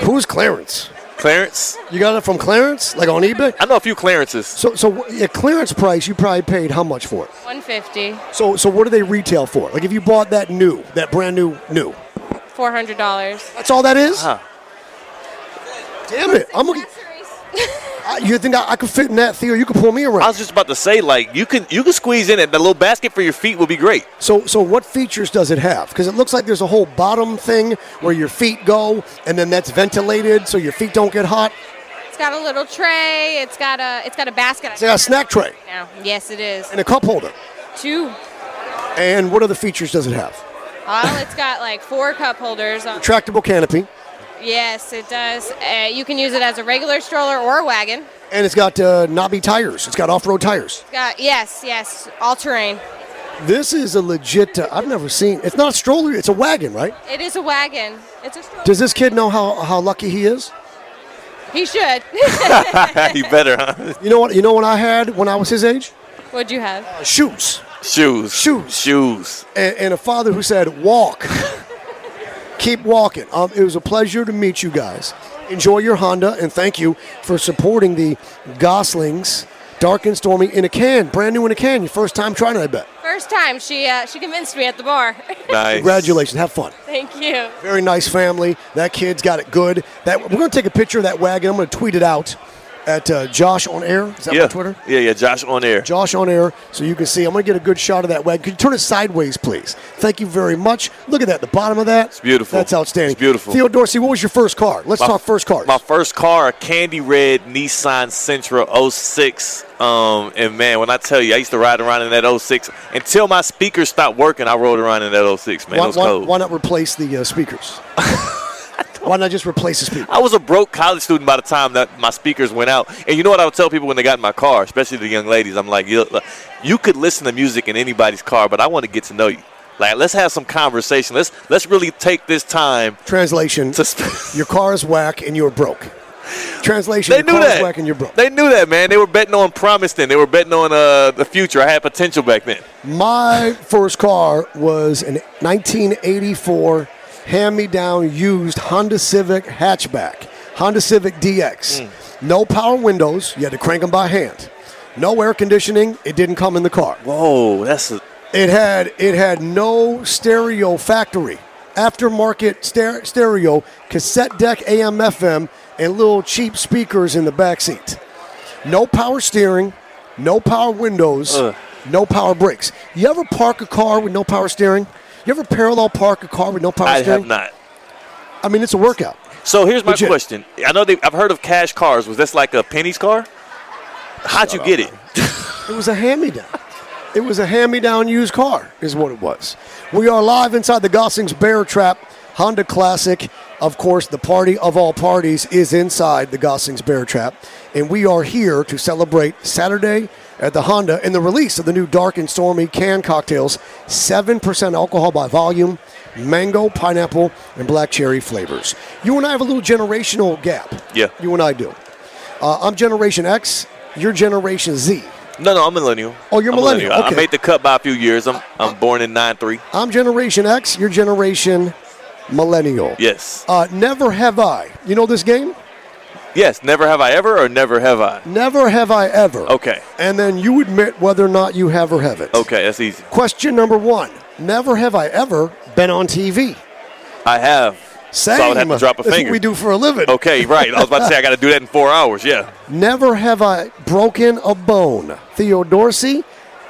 C: Who's Clarence?
D: Clarence,
C: You got it from Clarence, like on eBay.
D: I know a few Clarences.
C: So so at clearance price, you probably paid how much for it?
I: 150
C: So so what do they retail for? Like if you bought that new, that brand new new.
I: $400.
C: That's all that is.
D: Huh.
C: Damn it! I'm gonna. I- You think I, I could fit in that, Theo? You could pull me around.
D: I was just about to say, like, you can you can squeeze in it. That little basket for your feet would be great.
C: So, so what features does it have? Because it looks like there's a whole bottom thing where your feet go, and then that's ventilated so your feet don't get hot.
I: It's got a little tray. It's got a it's got a basket.
C: It's got a snack tray
I: now. Yes, it is.
C: and a cup holder.
I: Two.
C: And what other features does it have?
I: Well, it's got like four cup holders. On.
C: Retractable canopy,
I: Yes, it does. Uh, you can use it as a regular stroller or a wagon.
C: and it's got uh, knobby tires. It's got off-road tires.
I: It's got yes, yes, all terrain.
C: This is a legit. Uh, I've never seen. It's not a stroller. It's a wagon, right?
I: It is a wagon. It's a stroller.
C: Does this kid know how, how lucky he is?
I: he should.
D: you better, huh?
C: You know what? You know what I had when I was his age? Uh,
I: What'd you have?
C: Shoes.
D: Shoes,
C: Shoes.
D: shoes.
C: and, and a father who said, "Walk, keep walking." Um, it was a pleasure to meet you guys. Enjoy your Honda, and thank you for supporting the Goslings Dark and Stormy in a can, brand new in a can. Your first time trying it, I bet.
I: First time she uh, she convinced me at the bar.
D: Nice.
C: Congratulations, have fun.
I: Thank you.
C: Very nice family. That kid's got it good. That we're gonna take a picture of that wagon. I'm gonna tweet it out. at uh, Josh on Air. Is that
D: yeah.
C: my Twitter?
D: Yeah, yeah. Josh on air.
C: Josh on air, so you can see. I'm going to get a good shot of that wagon. Could you turn it sideways, please? Thank you very much. Look at that, the bottom of that. It's
D: beautiful.
C: That's outstanding.
D: It's beautiful.
C: Theo Dorsey, what was your first car? Let's talk first cars.
D: My first car, a candy red Nissan Sentra 06. Um, and man, when I tell you, I used to ride around in that 06 until my speakers stopped working. I rode around in that 06, man.
C: why,
D: it was
C: why-
D: cold.
C: why not replace the uh, speakers? why not just replace the speakers?
D: I was a broke college student by the time that my speakers went out. And you know what I would tell people when they got in my car, especially the young ladies? I'm like, you, you could listen to music in anybody's car, but I want to get to know you. Like, let's have some conversation. Let's let's really take this time
C: Translation:
D: to. Sp-
C: Your car is whack and you're broke. Translation:
D: They
C: Your
D: knew
C: car is
D: that.
C: whack and you're broke.
D: They knew that, man. They were betting on promise then. They were betting on uh, the future. I had potential back then.
C: My first car was an 1984 hand-me-down used Honda Civic hatchback, Honda Civic DX. No power windows. You had to crank them by hand. No air conditioning. It didn't come in the car.
D: Whoa, that's a,
C: It had it had no stereo factory, aftermarket ster- stereo, cassette deck, AM FM, and little cheap speakers in the back seat. No power steering, no power windows,
D: Uh.
C: no power brakes. You ever park a car with no power steering? You ever parallel park a car with no power
D: I
C: steering?
D: have not.
C: I mean, it's a workout.
D: So here's my
C: Legit.
D: question. I know they, I've heard of cash cars. Was this like a penny's car? How'd you get it?
C: It was a hand-me-down. It was a hand-me-down used car, is what it was. We are live inside the Gosling's Bear Trap Honda Classic. Of course, the party of all parties is inside the Gosling's Bear Trap, and we are here to celebrate Saturday at the Honda and the release of the new Dark and Stormy can cocktails, seven percent alcohol by volume, mango, pineapple, and black cherry flavors. You and I have a little generational gap.
D: Yeah.
C: you and I do. Uh, I'm Generation X. You're Generation Z.
D: No, no, I'm millennial.
C: Oh, you're
D: I'm
C: millennial.
D: I-
C: Okay.
D: I made the cut by a few years. I'm I'm born in nine three.
C: I'm Generation X, your Generation Millennial.
D: Yes.
C: Uh, never have I. You know this game?
D: Yes. Never have I ever, or never have I.
C: Never have I ever.
D: Okay.
C: And then you admit whether or not you have or haven't.
D: Okay, that's easy.
C: Question number one Never have I ever been on TV.
D: I have.
C: Same.
D: So I would have to drop a
C: That's
D: finger.
C: What we do for a living.
D: Okay, right. I was about to say I got to do that in four hours. Yeah.
C: Never have I broken a bone. Theo Dorsey,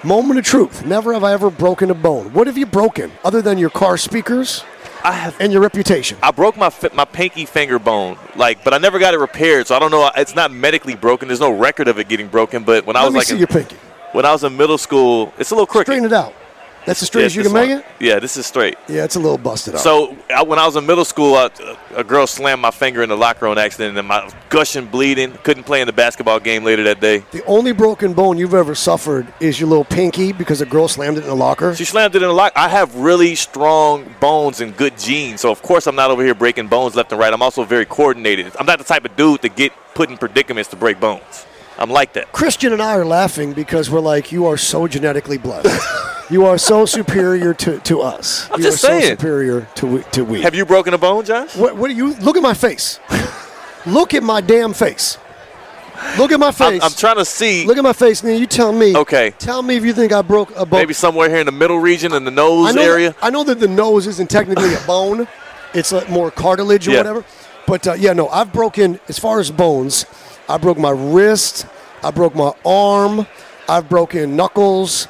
C: moment of truth. Never have I ever broken a bone. What have you broken other than your car speakers
D: I have.
C: and your reputation?
D: I broke my fi- my pinky finger bone, like, but I never got it repaired, so I don't know. It's not medically broken. There's no record of it getting broken. But when I
C: Let
D: was
C: me
D: like,
C: see
D: in,
C: your pinky.
D: when I was in middle school, it's a little crooked.
C: Straighten it out. That's as straight
D: Yeah,
C: as you
D: this
C: can make
D: one.
C: it?
D: Yeah, this is straight.
C: Yeah, it's a little busted up.
D: So I, when I was in middle school, I, a girl slammed my finger in the locker on accident, and my gushing, bleeding, couldn't play in the basketball game later that day.
C: the only broken bone you've ever suffered is your little pinky because a girl slammed it in the locker.
D: She slammed it in the lock. I have really strong bones and good genes, so of course I'm not over here breaking bones left and right. I'm also very coordinated. I'm not the type of dude to get put in predicaments to break bones. I'm like that.
C: Christian and I are laughing because we're like, you are so genetically blessed. you are so superior to, to us.
D: I'm
C: you
D: just
C: are so
D: saying.
C: superior to we. To we.
D: Have you broken a bone, Josh?
C: what, what are you? Look at my face. look at my damn face. Look at my
D: I'm,
C: face.
D: I'm trying to see.
C: look at my face, and then you tell me.
D: Okay.
C: Tell me if you think I broke a bone.
D: Maybe somewhere here in the middle region, in the
C: I
D: nose
C: know,
D: area.
C: I know that the nose isn't technically a bone; it's uh, more cartilage or
D: Yeah.
C: whatever. But uh, yeah, no, I've broken as far as bones. I broke my wrist. I broke my arm. I've broken knuckles.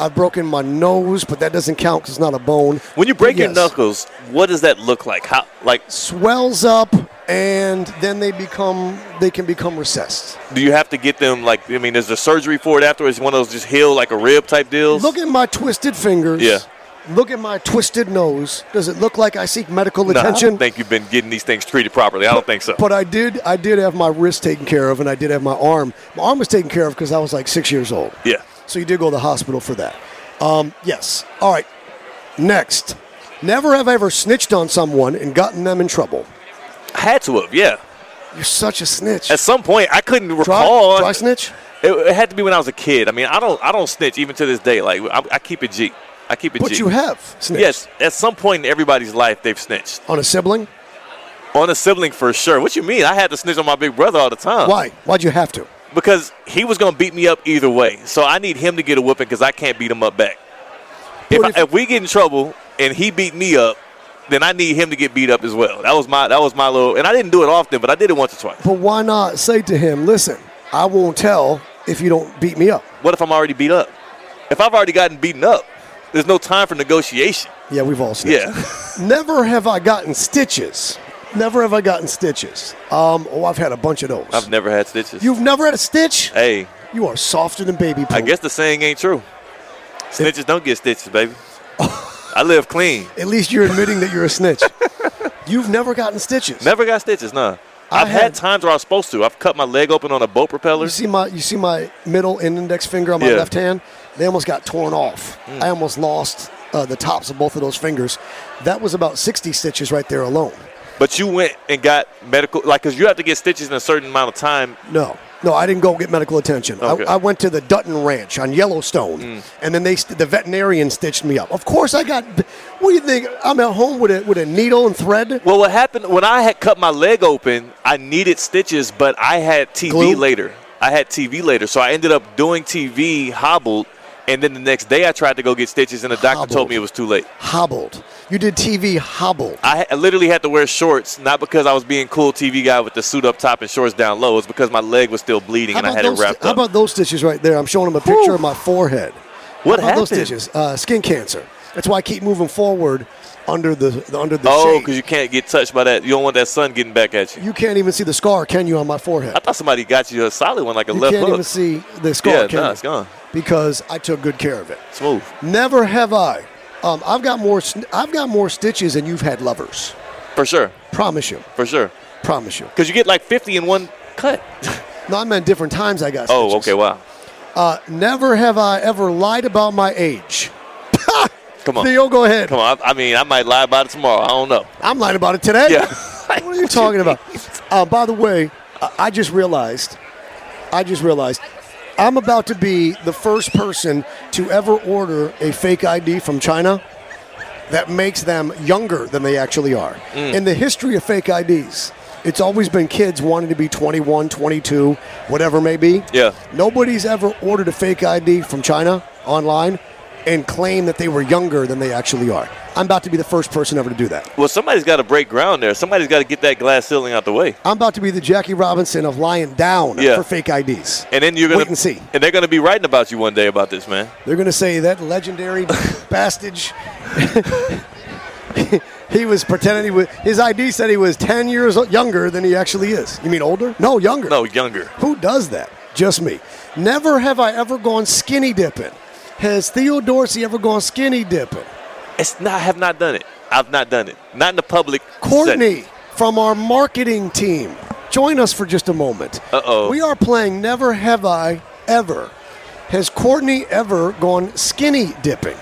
C: I've broken my nose, but that doesn't count because it's not a bone.
D: When you break your
C: Yes.
D: knuckles, what does that look like? How, like,
C: swells up, and then they become they can become recessed.
D: do you have to get them? Like, I mean, is there surgery for it afterwards? One of those just heal like a rib type deals?
C: Look at my twisted fingers.
D: Yeah.
C: Look at my twisted nose. Does it look like I seek medical
D: Nah, I
C: attention?
D: don't think you've been getting these things treated properly. I don't think so.
C: But I did, I did have my wrist taken care of, and I did have my arm. My arm was taken care of because I was like six years old.
D: yeah.
C: So you did go to the hospital for that. Um, yes. All right. Next, never have I ever snitched on someone and gotten them in trouble.
D: I had to have, yeah.
C: You're such a snitch.
D: At some point, I couldn't
C: Dry,
D: recall.
C: dry snitch.
D: It, it had to be when I was a kid. I mean, I don't, I don't snitch even to this day. Like, I, I keep it G. I keep it G.
C: But you have snitched
D: Yes, at some point in everybody's life, they've snitched
C: on a sibling.
D: on a sibling for sure. What you mean? I had to snitch on my big brother all the time.
C: Why? Why'd you have to?
D: Because he was going to beat me up either way. So I need him to get a whooping because I can't beat him up back. If,
C: What
D: I-
C: if-
D: if we get in trouble and he beat me up, then I need him to get beat up as well. That was my that was my little, and I didn't do it often, but I did it once or twice.
C: But why not say to him, listen, I won't tell if you don't beat me up?
D: What if I'm already beat up? If I've already gotten beaten up, there's no time for negotiation.
C: Yeah, we've all snitched.
D: Yeah,
C: Never have I gotten stitches. Never have I gotten stitches. Um, oh, I've had a bunch of those.
D: I've never had stitches.
C: You've never had a stitch?
D: hey,
C: You are softer than baby poop.
D: I guess the saying ain't true. Snitches don't get stitches, baby. I live clean.
C: At least you're admitting that you're a snitch. You've never gotten stitches.
D: Never got stitches, nah.
C: I
D: I've had,
C: had-
D: times where I was supposed to. I've cut my leg open on a boat propeller.
C: You see my you see my middle and index finger on my
D: Yeah. Hmm.
C: left hand. They almost got torn off. I almost lost uh, the tops of both of those fingers. That was about 60 stitches right there alone.
D: but you went and got medical, like, because you have to get stitches in a certain amount of time.
C: No, no, I didn't go get medical attention.
D: Okay. Mm.
C: I, I went to the Dutton Ranch on Yellowstone, and then they st- the veterinarian stitched me up. Of course, I got. What do you think? I'm at home with a with a needle and thread.
D: Well, what happened when I had cut my leg open, I needed stitches, but I had TV
C: Glue?
D: later. I had TV later. So I ended up doing TV hobbled. And then the next day I tried to go get stitches, and the doctor
C: Hobbled.
D: told me it was too late.
C: Hobbled. You did TV hobbled.
D: I, ha- I literally had to wear shorts, not because I was being cool TV guy with the suit up top and shorts down low. It's because my leg was still bleeding and I had it
C: those,
D: wrapped
C: how
D: up.
C: about those stitches right there? I'm showing him a picture of my forehead.
D: What
C: how about Those
D: happened?
C: stitches, uh, skin cancer. That's why I keep moving forward under the, the under the
D: oh,
C: shade.
D: because you can't get touched by that. You don't want that sun getting back at you.
C: You can't even see the scar, can you, on my forehead?
D: I thought somebody got you a solid one, like a
C: you
D: left
C: can't
D: hook.
C: even see the scar.
D: Yeah,
C: can
D: nah,
C: you?
D: it's gone.
C: Because I took good care of it.
D: Smooth.
C: Never have I. Um, I've got more. sn- I've got more stitches than you've had lovers.
D: For sure.
C: Promise you.
D: For sure.
C: Promise you.
D: Because you get like 50 in one cut.
C: No, I meant different times I got.
D: Oh,
C: stitches.
D: okay. Wow.
C: Uh, never have I ever lied about my age.
D: Come on.
C: Theo, go ahead.
D: Come on. I, I mean, I might lie about it tomorrow. I don't know.
C: I'm lying about it today.
D: Yeah.
C: what are you talking about? Uh, by the way, I- I just realized. I just realized. I'm about to be the first person to ever order a fake ID from China that makes them younger than they actually are.
D: Mm.
C: In the history of fake IDs, it's always been kids wanting to be 21, 22, whatever it may be.
D: Yeah.
C: Nobody's ever ordered a fake ID from China online and claimed that they were younger than they actually are. I'm about to be the first person ever to do that.
D: Well, somebody's got to break ground there. Somebody's got to get that glass ceiling out the way.
C: I'm about to be the Jackie Robinson of lying down
D: Yeah.
C: for fake IDs.
D: And then you're gonna
C: Wait and see.
D: And they're gonna be writing about you one day about this, man.
C: They're going to say that legendary bastage. he was pretending he was. His ID said he was 10 years o- younger than he actually is. You mean older? No, younger.
D: No, younger.
C: Who does that? Just me. Never have I ever gone skinny dipping. Has Theo Dorsey ever gone skinny dipping?
D: It's not. I have not done it. I've not done it. Not in the public.
C: Courtney
D: setting.
C: from our marketing team. Join us for just a moment.
D: Uh-oh.
C: We are playing Never Have I Ever. Has Courtney ever gone skinny dipping?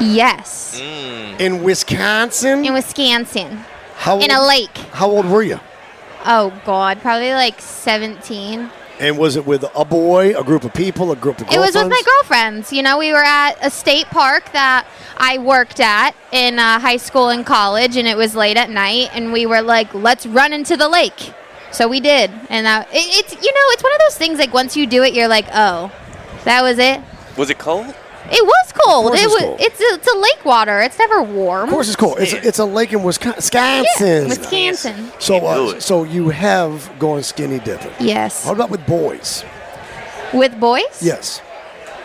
E: Yes.
D: Mm.
C: In Wisconsin?
E: In Wisconsin.
C: how
E: in
C: old,
E: a lake.
C: How old were you?
E: Oh, God. Probably like 17.
C: And was it with a boy, a group of people, a group of
E: It was with my
C: girlfriends?
E: girlfriends. You know, we were at a state park that I worked at in uh, high school and college, and it was late at night, and we were like, let's run into the lake. So we did. And that, it, it's, you know, it's one of those things like once you do it, you're like, oh, that was it.
D: Was it cold?
E: It was cold.
C: course
E: It
C: it's
E: was.
C: cold.
E: It's it's a lake water. It's never warm.
C: Of course, it's cool. It's, it's a lake in Wisconsin.
E: yeah. Wisconsin.
C: So,
D: Can't do
C: uh,
D: it.
C: so you have gone skinny dipping.
E: Yes.
C: What about with boys?
E: With boys?
C: Yes,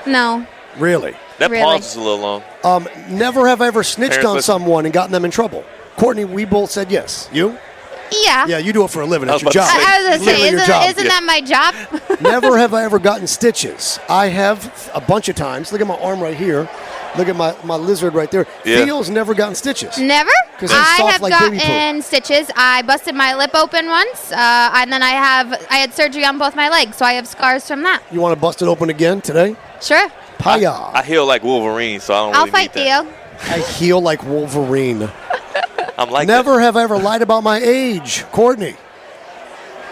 E: No.
C: really.
D: That
E: Really?
D: pause is a little long.
C: Um, never have I ever snitched
D: Parents
C: on
D: listen.
C: someone and gotten them in trouble. Courtney, we both said yes. You?
E: Yeah.
C: Yeah, you do it for a living.
D: I
C: That's your
D: was
C: job.
D: about to
E: I, I was gonna say,
C: Literally your
E: isn't,
C: job.
E: isn't that my job?
C: Never have I ever gotten stitches. I have a bunch of times. Look at my arm right here. Look at my, my lizard right there.
D: Yeah.
C: Theo's never gotten stitches.
E: Never.
C: 'Cause I'm soft
E: have
C: like baby poop.
E: gotten stitches. I busted my lip open once, uh, and then I have I had surgery on both my legs, so I have scars from that.
C: You want to bust it open again today?
E: Sure.
C: Paya.
D: I heal like Wolverine, so I don't.
E: I'll
D: really
E: fight
D: need Oh, that.
E: Theo.
C: I heal like Wolverine.
D: I'm like
C: Never have I ever lied about my age, Courtney.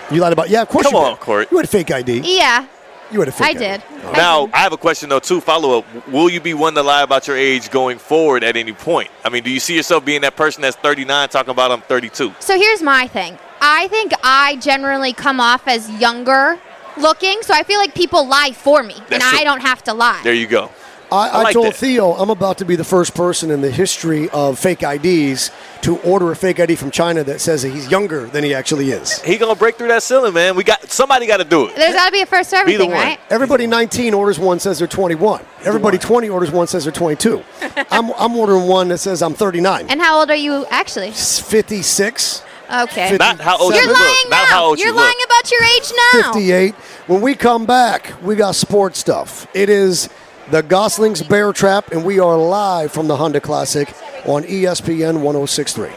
C: You lied about yeah, of course.
D: Come
C: you
D: on,
C: did.
D: Court.
C: You had a fake ID.
E: Yeah.
C: You had a fake
E: E I
C: ID.
E: did.
D: that. Now I have a question though too. Follow up. Will you be one to lie about your age going forward at any point? I mean, do you see yourself being that person that's 39 talking about I'm 32?
E: So here's my thing. I think I generally come off as younger looking, so I feel like people lie for me, and
D: That's true.
E: I don't have to lie.
D: There you go.
C: I, I,
D: like
C: told
D: that.
C: Theo I'm about to be the first person in the history of fake IDs to order a fake ID from China that says that he's younger than he actually is.
D: He gonna break through that ceiling, man. We got somebody got to do it.
E: There's got to be a first for
D: Be the
E: everything,
D: one.
E: right?
C: Everybody 19 orders one says they're 21. Everybody 20 orders one says they're 22. I'm, I'm ordering one that says I'm 39.
E: And how old are you actually?
C: It's 56,
E: Okay.
C: Fifty-
D: Not how old
E: You're
D: you
E: lying
D: oh, look.
E: now.
D: Not how old
E: You're
D: you
E: lying
D: look.
E: about your age now.
C: 58. When we come back, we got sports stuff. It is the Goslings Bear Trap, and we are live from the Honda Classic on E ESPN 1063.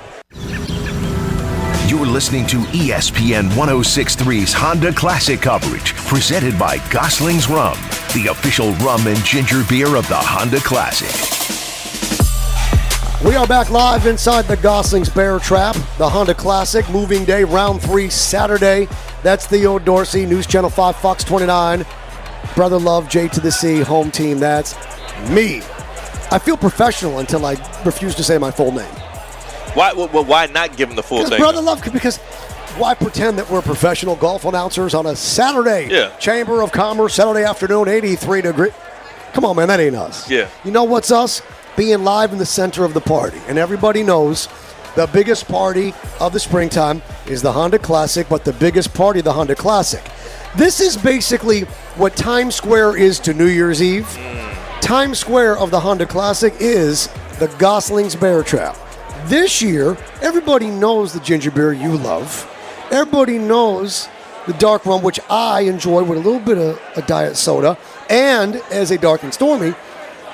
B: You're listening to E ESPN 1063's Honda Classic coverage, presented by Gosling's Rum, the official rum and ginger beer of the Honda Classic.
C: We are back live inside the Goslings Bear Trap, the Honda Classic, moving day, round three, Saturday. That's Theo Dorsey, News Channel 5, Fox 29. Brother Love, J to the C, home team, that's me. I feel professional until I refuse to say my full name.
D: Why, why, why not give him the full
C: Because
D: thing?
C: Brother Love, because why pretend that we're professional golf announcers on a Saturday?
D: Yeah.
C: Chamber of Commerce, Saturday afternoon, 83 degree. Come on, man, that ain't us.
D: Yeah.
C: You know what's us? Being live in the center of the party. And everybody knows the biggest party of the springtime is the Honda Classic, but the biggest party, the Honda Classic. This is basically what Times Square is to New Year's Eve. Times Square of the Honda Classic is the Gosling's Bear Trap. This year, everybody knows the ginger beer you love. Everybody knows the dark rum, which I enjoy with a little bit of a diet soda and as a dark and stormy.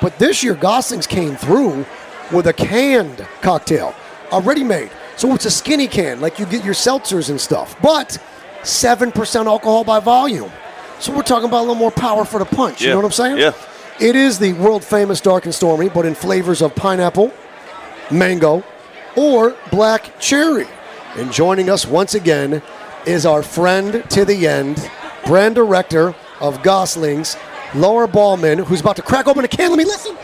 C: But this year, Gosling's came through with a canned cocktail, already made. So it's a skinny can, like you get your seltzers and stuff, but 7% alcohol by volume. So we're talking about a little more power for the punch. You
D: Yeah.
C: know what I'm saying?
D: Yeah.
C: It is the world famous dark and stormy, but in flavors of pineapple, mango, or black cherry. And joining us once again is our friend to the end, brand director of Goslings, Laura Ballman, who's about to crack open a can. Let me listen.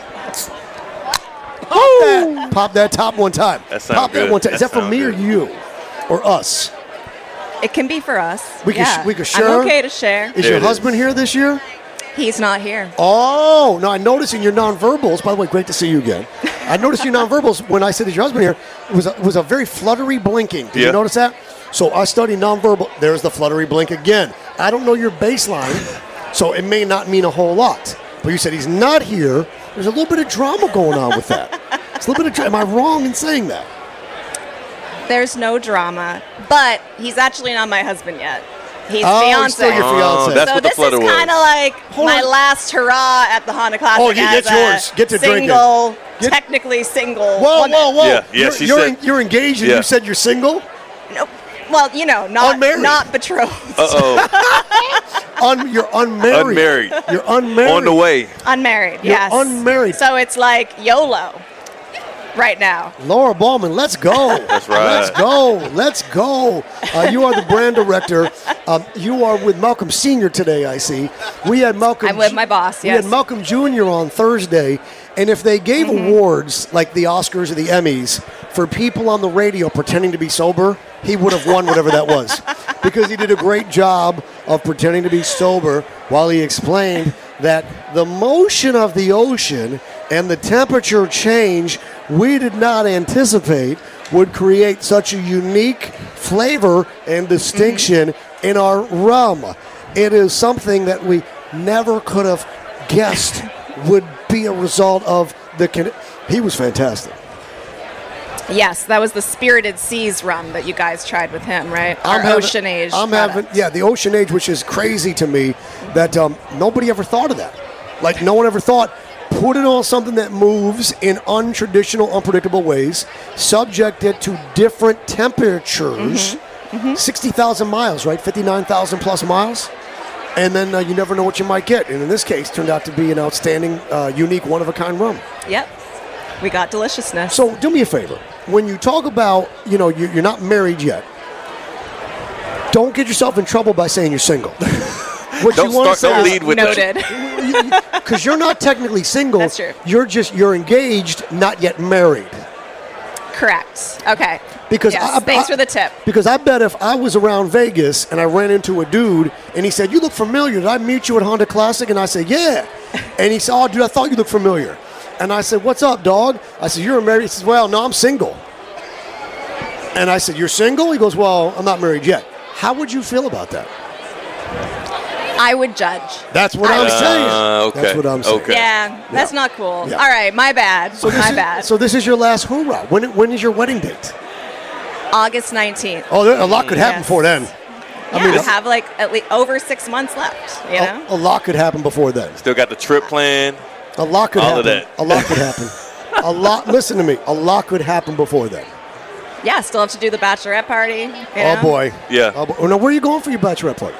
C: Pop that, pop that top one time.
D: That sound
C: pop that
D: good.
C: one time. Is
D: That
C: that for
D: sound
C: me or
D: good.
C: you? Or us?
J: It can be for us.
C: We can,
J: Yeah.
C: we can share.
J: I'm okay to share.
C: Is
D: There
C: your
D: it
C: husband here this year?
J: He's not here.
C: Oh, no, I noticed in your nonverbals, by the way, great to see you again. I noticed your nonverbals when I said, Is your husband here? It was a, it was a very fluttery blinking. Did you
D: Yeah.
C: notice that? So I study nonverbal. There's the fluttery blink again. I don't know your baseline, so it may not mean a whole lot. But you said he's not here. There's a little bit of drama going on with that. It's a little bit of drama. Am I wrong in saying that?
J: There's no drama, but he's actually not my husband yet. He's
C: Oh, he's
J: fiance.
C: still your
D: Oh,
C: fiance.
D: that's
J: so
D: what the
J: this is
D: flutter was.
J: kind of like
C: Hold
J: my
C: on.
J: last hurrah at the Honda Classic.
C: Oh, yeah,
J: as
C: that's
J: a
C: yours. Get to drinking.
J: single,
C: Get-
J: technically single.
C: Whoa,
J: woman.
C: whoa, whoa.
D: Yeah, yeah,
C: you're,
D: she
C: you're,
D: said-
C: en- you're engaged and
D: Yeah.
C: you said you're single?
J: No, well, you know, not
C: Unmarried.
J: not betrothed,
D: Uh oh,
C: Un- you're unmarried.
D: unmarried,
C: You're unmarried.
D: on the way.
J: unmarried.
C: You're
J: yes,
C: unmarried.
J: So it's like YOLO, right now.
C: Laura Ballman, let's go. That's
D: right.
C: Let's go. Let's go. Uh, you are the brand director. Um, you are with Malcolm Senior today. I see. We had Malcolm.
J: I'm with my boss,
C: We had
J: yes.
C: Malcolm Junior on Thursday, and if they gave awards like the Oscars or the Emmys for people on the radio pretending to be sober, he would have won whatever that was, because he did a great job of pretending to be sober while he explained that the motion of the ocean and the temperature change we did not anticipate would create such a unique flavor and distinction in our rum. It is something that we never could have guessed would be a result of the. Con- he was fantastic.
J: Yes, that was the Spirited Seas rum that you guys tried with him, right? Our
C: having-
J: Ocean Age.
C: I'm having
J: product.
C: yeah, the Ocean Age, which is crazy to me that um, nobody ever thought of that. Like no one ever thought put it on something that moves in untraditional, unpredictable ways, subject it to different temperatures.
J: Mm-hmm.
C: Sixty thousand miles, right? Fifty-nine thousand plus miles. And then uh, you never know what you might get. And in this case, turned out to be an outstanding, uh, unique, one of a kind rum.
J: Yep. We got deliciousness.
C: So do me a favor. When you talk about, you know, you- you're not married yet, don't get yourself in trouble by saying you're single. what
D: Don't
C: wanna
D: start. Don't
C: say
D: lead with
J: Noted.
C: Because you're not technically single.
J: That's true.
C: You're just, you're engaged, not yet married.
J: Correct. Okay.
C: Because
J: Yes,
C: I, I-
J: thanks
C: I-
J: for the tip.
C: Because I bet if I was around Vegas and I ran into a dude and he said, "You look familiar. Did I meet you at Honda Classic?" and I said, "Yeah," And he said, Oh, dude, I thought you looked familiar. And I said, What's up, dog? I said, You're married. He says, Well, no, I'm single. And I said, You're single? He goes, Well, I'm not married yet. How would you feel about that?
J: I would judge.
C: That's what I'm
J: Uh,
C: saying.
D: okay.
C: That's what I'm saying.
D: Okay.
J: Yeah, that's not cool.
C: Yeah.
J: All right, my bad.
C: So this,
J: my
C: is,
J: bad.
C: so this is your last hoorah. When, when is your wedding date?
J: August 19th.
C: Oh, there- a lot could happen
J: Mm. Yes.
C: before then.
J: Yeah,
C: mean,
J: we
C: uh, Oh,
J: have like at least over six months left, you know?
C: A lot could happen before then.
D: Still got the trip planned.
C: A lot could
D: All of
C: happen.
D: that.
C: A lot could happen. a lot. Listen to me. A lot could happen before then.
J: Yeah, still have to do the bachelorette party. you
C: Oh
J: know?
C: boy.
D: Yeah.
C: Oh, boy. Oh, now, where are you going for your bachelorette party?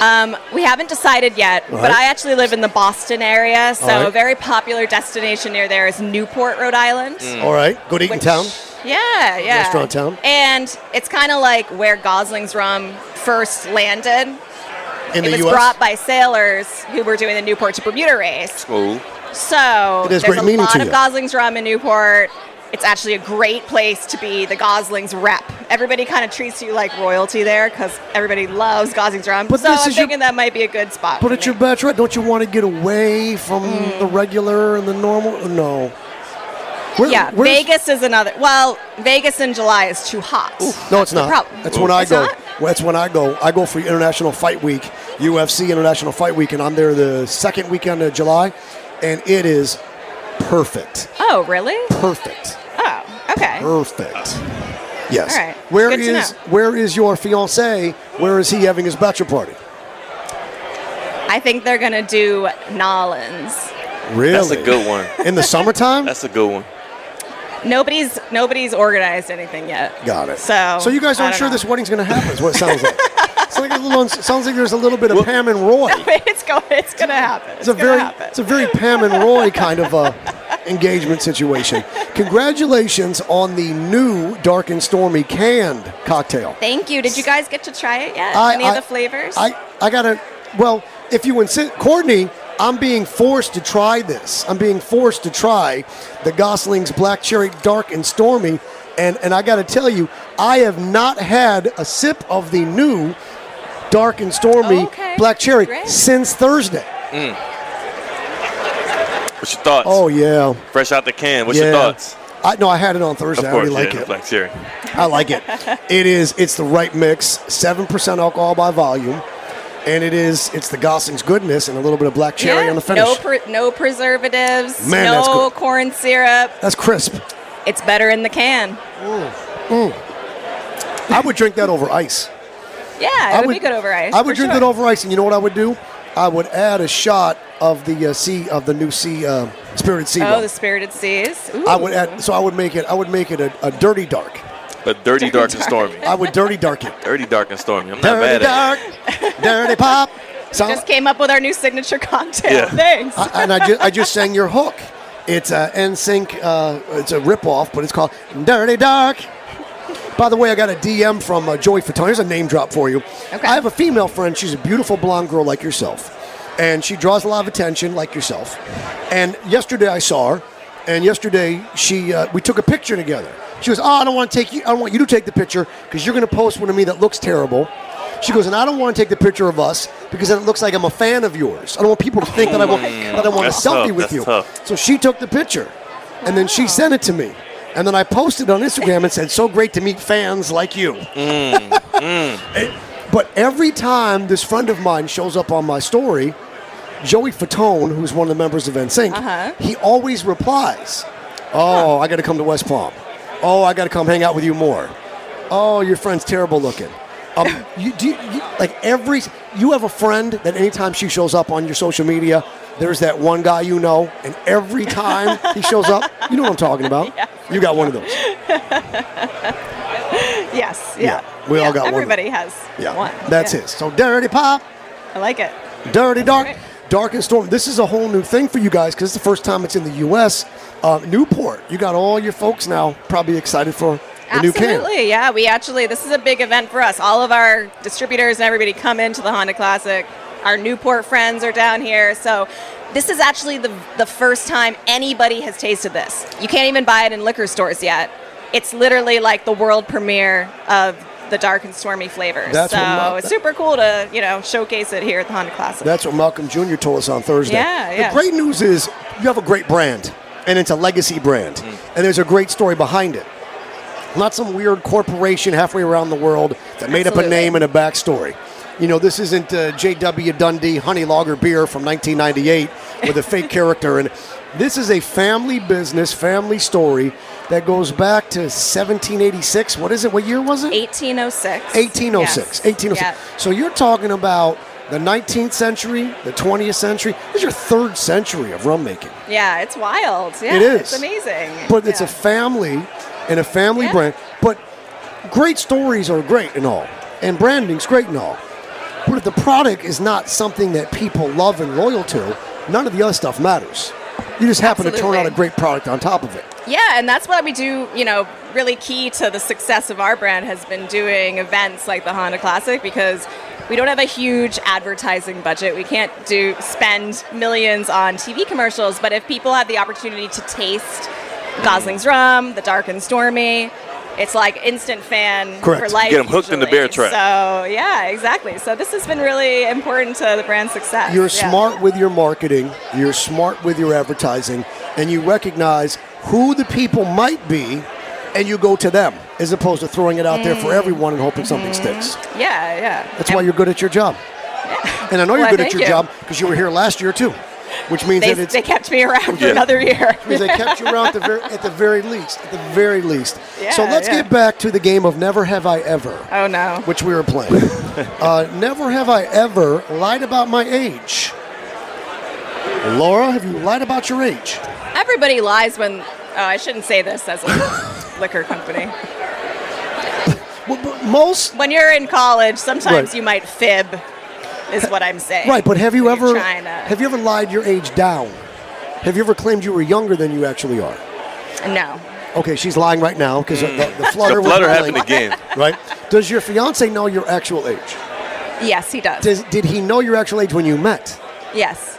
J: Um, we haven't decided yet,
C: All
J: but
C: right.
J: I actually live in the Boston area, so
C: All right.
J: a very popular destination near there is Newport, Rhode Island.
D: Mm.
C: All right. Good eating
J: Which-
C: town.
J: Yeah, yeah.
C: Mm. Restaurant town.
J: And it's kind of like where Gosling's Rum first landed.
C: In
J: it
C: the
J: was
C: U.S.
J: brought by sailors who were doing the Newport to Bermuda race.
D: Cool.
J: So
C: It has
J: there's
C: great
J: a
C: meaning
J: lot
C: to
J: of
C: you.
J: Gosling's Rum in Newport. It's actually a great place to be the Gosling's rep. Everybody kind of treats you like royalty there because everybody loves Gosling's Rum.
C: But
J: so
C: this
J: I'm
C: is your-
J: thinking that might be a good spot.
C: But
J: for
C: at your
J: me.
C: bachelorette, don't you want to get away from
J: Mm.
C: the regular and the normal? No. Where-
J: yeah,
C: where's-
J: Vegas is another. Well, Vegas in July is too hot.
C: No, it's not.
J: problem.
C: That's when I
J: It's
C: go.
J: not?
C: Well, That's when I go. I go for International Fight Week, UFC International Fight Week, and I'm there the second weekend of July, and it is perfect.
J: Oh, really?
C: Perfect.
J: Oh, okay.
C: Perfect. Yes.
J: All right.
C: Where
J: Good to
C: is
J: know.
C: where is your fiance? Where is he having his bachelor party?
J: I think they're gonna do Nolans.
C: Really?
D: That's a good one.
C: In the summertime?
D: That's a good one.
J: Nobody's nobody's organized anything yet.
C: Got it.
J: So
C: So you guys
J: I
C: aren't
J: don't
C: sure
J: know.
C: this wedding's going to happen? Is what it sounds like. it's like a little. uns- sounds like there's a little bit of Pam and Roy.
J: it's going. It's gonna happen.
C: It's a
J: gonna
C: very,
J: happen.
C: it's a very Pam and Roy kind of uh, engagement situation. Congratulations on the new Dark and Stormy canned cocktail.
J: Thank you. Did you guys get to try it yet? Any of the flavors?
C: I, I gotta. Well, if you insist, Courtney, I'm being forced to try this. I'm being forced to try the Gosling's Black Cherry Dark and Stormy, and and I gotta tell you, I have not had a sip of the new Dark and Stormy
J: Okay,
C: Black Cherry
J: great.
C: since Thursday.
D: What's your thoughts?
C: Oh yeah,
D: Fresh out the can. What's
C: yeah.
D: your thoughts?
C: I no, I had it on
D: Of
C: Thursday.
D: course,
C: I really
D: yeah,
C: like it.
D: Black cherry.
C: I like it. It is. It's the right mix. Seven percent alcohol by volume, and it is. It's the Gosling's goodness and a little bit of black cherry
J: Yeah,
C: on the finish.
J: No, pre- no preservatives.
C: Man,
J: no
C: that's cool.
J: corn syrup.
C: That's crisp.
J: It's better in the can.
C: I would drink that over ice.
J: Yeah, it
C: I
J: would, be good over ice.
C: I would
J: for
C: drink
J: sure.
C: that over ice, and you know what I would do? I would add a shot of the uh, sea of the new sea uh, spirited sea.
J: Oh,
C: rum.
J: the spirited seas. Ooh.
C: I would add. So I would make it. I would make it a, a dirty dark.
D: A dirty, dark, and stormy.
C: I would dirty dark it.
D: Dirty, dark, and stormy. I'm not
C: Dirty
D: bad eh? at
C: dark, dirty pop. So
J: Just came up with our new signature cocktail.
D: Yeah.
J: Thanks.
C: I, and I just, I just sang your hook. It's a NSYNC, uh, it's a ripoff, but it's called Dirty Dark. By the way, I got a DM from uh, Joey Fatone. Here's a name drop for you.
J: Okay.
C: I have a female friend. She's a beautiful blonde girl like yourself. And she draws a lot of attention like yourself. And yesterday I saw her. And yesterday she uh, we took a picture together. She goes, oh, I don't want to take you. I don't want you to take the picture because you're going to post one of me that looks terrible. She goes, and I don't want to take the picture of us because then it looks like I'm a fan of yours. I don't want people to think that I want that I want
D: That's
C: a selfie
D: tough,
C: with
D: that's
C: you.
D: tough.
C: So she took the picture, and then she sent it to me, and then I posted it on Instagram and said, "So great to meet fans like you." It- but every time this friend of mine shows up on my story, Joey Fatone, who's one of the members of NSYNC, he always replies, "Oh, I got to come to West Palm. Oh, I got to come hang out with you more. Oh, your friend's terrible looking." Um, you, do you, you- like every you have a friend that anytime she shows up on your social media, there's that one guy you know, and every time he shows up, you know what I'm talking about. you got one of those.
J: yes. Yeah.
C: yeah, we all got one.
J: Everybody has
C: Yeah,
J: one.
C: that's
J: Yeah.
C: his. So dirty pop.
J: I like it.
C: Dirty Dark, Dark and Storm. This is a whole new thing for you guys because it's the first time it's in the U.S. Uh, Newport, you got all your folks now probably excited for the new can.
J: Absolutely, yeah. We actually, this is a big event for us. All of our distributors and everybody come into the Honda Classic. Our Newport friends are down here. So, this is actually the, the first time anybody has tasted this. You can't even buy it in liquor stores yet. It's literally like the world premiere of the dark and stormy flavors.
C: That's
J: so
C: what my-
J: it's super cool to you know showcase it here at the Honda Classic.
C: That's what Malcolm Jr. told us on Thursday.
J: Yeah, yeah.
C: The great news is you have a great brand, and it's a legacy brand, and there's a great story behind it. Not some weird corporation halfway around the world that made up a
K: Absolutely.
C: name and a backstory. You know, this isn't uh, J.W. Dundee Honey Lager beer from 1998 with a fake character. And this is a family business, family story that goes back to 1786. What is it? What year was it?
J: 1806.
C: 1806.
J: Yes.
C: 1806.
J: Yeah.
C: So you're talking about the 19th century, the 20th century. This is your third century of rum making.
J: Yeah, it's wild. Yeah,
C: It is.
J: It's amazing.
C: But it's
J: Yeah.
C: a family and a family
J: Yeah.
C: brand. But great stories are great and all, and branding's great and all. But if the product is not something that people love and loyal to, none of the other stuff matters. You just happen to turn out
J: Absolutely.
C: a great product on top of it.
J: Yeah, and that's what we do, you know, really key to the success of our brand has been doing events like the Honda Classic because we don't have a huge advertising budget. We can't do spend millions on TV commercials, but if people have the opportunity to taste Gosling's rum, the dark and stormy, it's like instant fan
D: Correct.
J: for life.
D: Get 'em hooked in the bear
J: usually.
D: trap.
J: So yeah, exactly. So this has been really important to the brand's success.
C: You're
J: Yeah.
C: smart with your marketing, you're smart with your advertising, and you recognize who the people might be and you go to them as opposed to throwing it out there for
J: Mm.
C: everyone and hoping something
J: Mm-hmm.
C: sticks.
J: Yeah, yeah.
C: That's why you're good at your job. And I know you're
J: Well,
C: good at
J: thank
C: your
J: you.
C: job because you were here last year too, which means
J: They,
C: that it's
J: they kept me around for
C: Yeah.
J: another year.
C: which means they kept you around at the very, at the very least. At the very least. so
J: Yeah,
C: let's
J: yeah.
C: get back to the game of Never Have I Ever,
J: Oh no.
C: which we were playing. uh, never have I ever lied about my age. Laura, have you lied about your age?
J: Everybody lies when. Oh, I shouldn't say this as a liquor company.
C: most.
J: When you're in college, sometimes
C: Right.
J: you might fib, is what I'm saying.
C: Right, but have you
J: When you're
C: ever
J: trying to-
C: have you ever lied your age down? Have you ever claimed you were younger than you actually are?
J: No.
C: Okay, she's lying right now because the, the
D: Mm. The
C: flutter. was
D: flutter
C: lying,
D: happened again.
C: Right? Does your fiance know your actual age?
J: Yes, he does.
C: Does, did he know your actual age when you met?
J: Yes.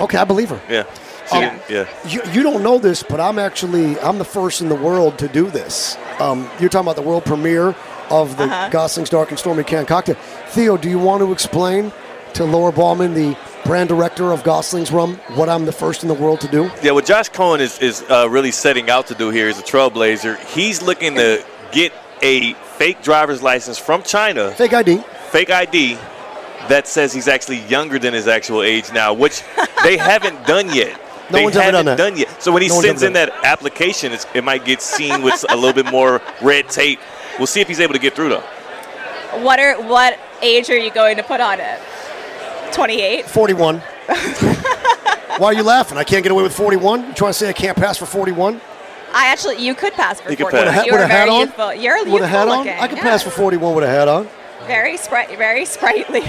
C: Okay, I believe her.
D: Yeah. She
C: Um,
D: didn't- yeah.
C: You, you don't know this, but I'm actually I'm the first in the world to do this. Um, you're talking about the world premiere of the
J: Uh-huh.
C: Gosling's Dark and Stormy Can cocktail. Theo, do you want to explain to Laura Ballman, the brand director of Gosling's Rum, what I'm the first in the world to do?
D: Yeah, what Josh Cohen is, is uh, really setting out to do here is a trailblazer. He's looking to get a fake driver's license from China,
C: Fake ID.
D: fake ID, that says he's actually younger than his actual age now, which they haven't done yet.
C: No
D: they
C: one's ever
D: haven't
C: done that.
D: yet. So when he
C: No one's
D: sends
C: ever
D: in that application, it's, it might get seen with a little bit more red tape. We'll see if he's able to get through though.
J: What are what age are you going to put on it? 28.
C: 41. Why are you laughing? I can't get away with 41. You trying to say I can't pass for 41?
J: I actually, you could pass for
C: You could
J: 40.
C: pass. With a hat-
J: You
C: with
J: were
C: a hat
J: very
C: on?
J: youthful. You're
C: with a
J: youthful
C: hat on,
J: looking.
C: I can
J: yeah.
C: pass for 41 with a hat on.
J: Very spri- very sprightly.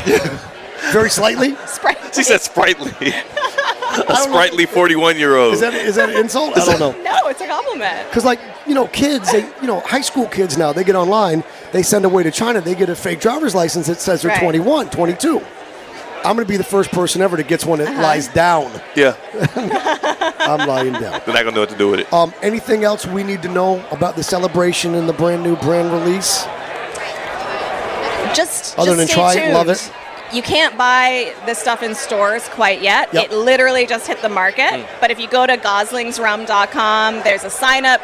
C: Very slightly.
J: sprightly.
D: She said sprightly. a
C: know.
D: sprightly 41 year old.
C: Is that is that an insult? I don't know.
J: No, it's a compliment.
C: Because like you know, kids, they you know, high school kids now, they get online, they send away to China, they get a fake driver's license that says they're
J: Right.
C: 21, 22. I'm gonna be the first person ever that gets one that lies down.
D: Yeah.
C: I'm lying down.
D: They're not going to know what to do with
K: Oh.
D: it.
C: Um, anything else we need to know about the celebration and the brand new brand release?
J: just
C: Other
J: just
C: than
J: stay
C: try it,
J: tuned.
C: love it.
J: You can't buy this stuff in stores quite yet.
C: Yep.
J: It literally just hit the market.
C: Mm.
J: But if you go to goslingsrum.com, there's a sign up.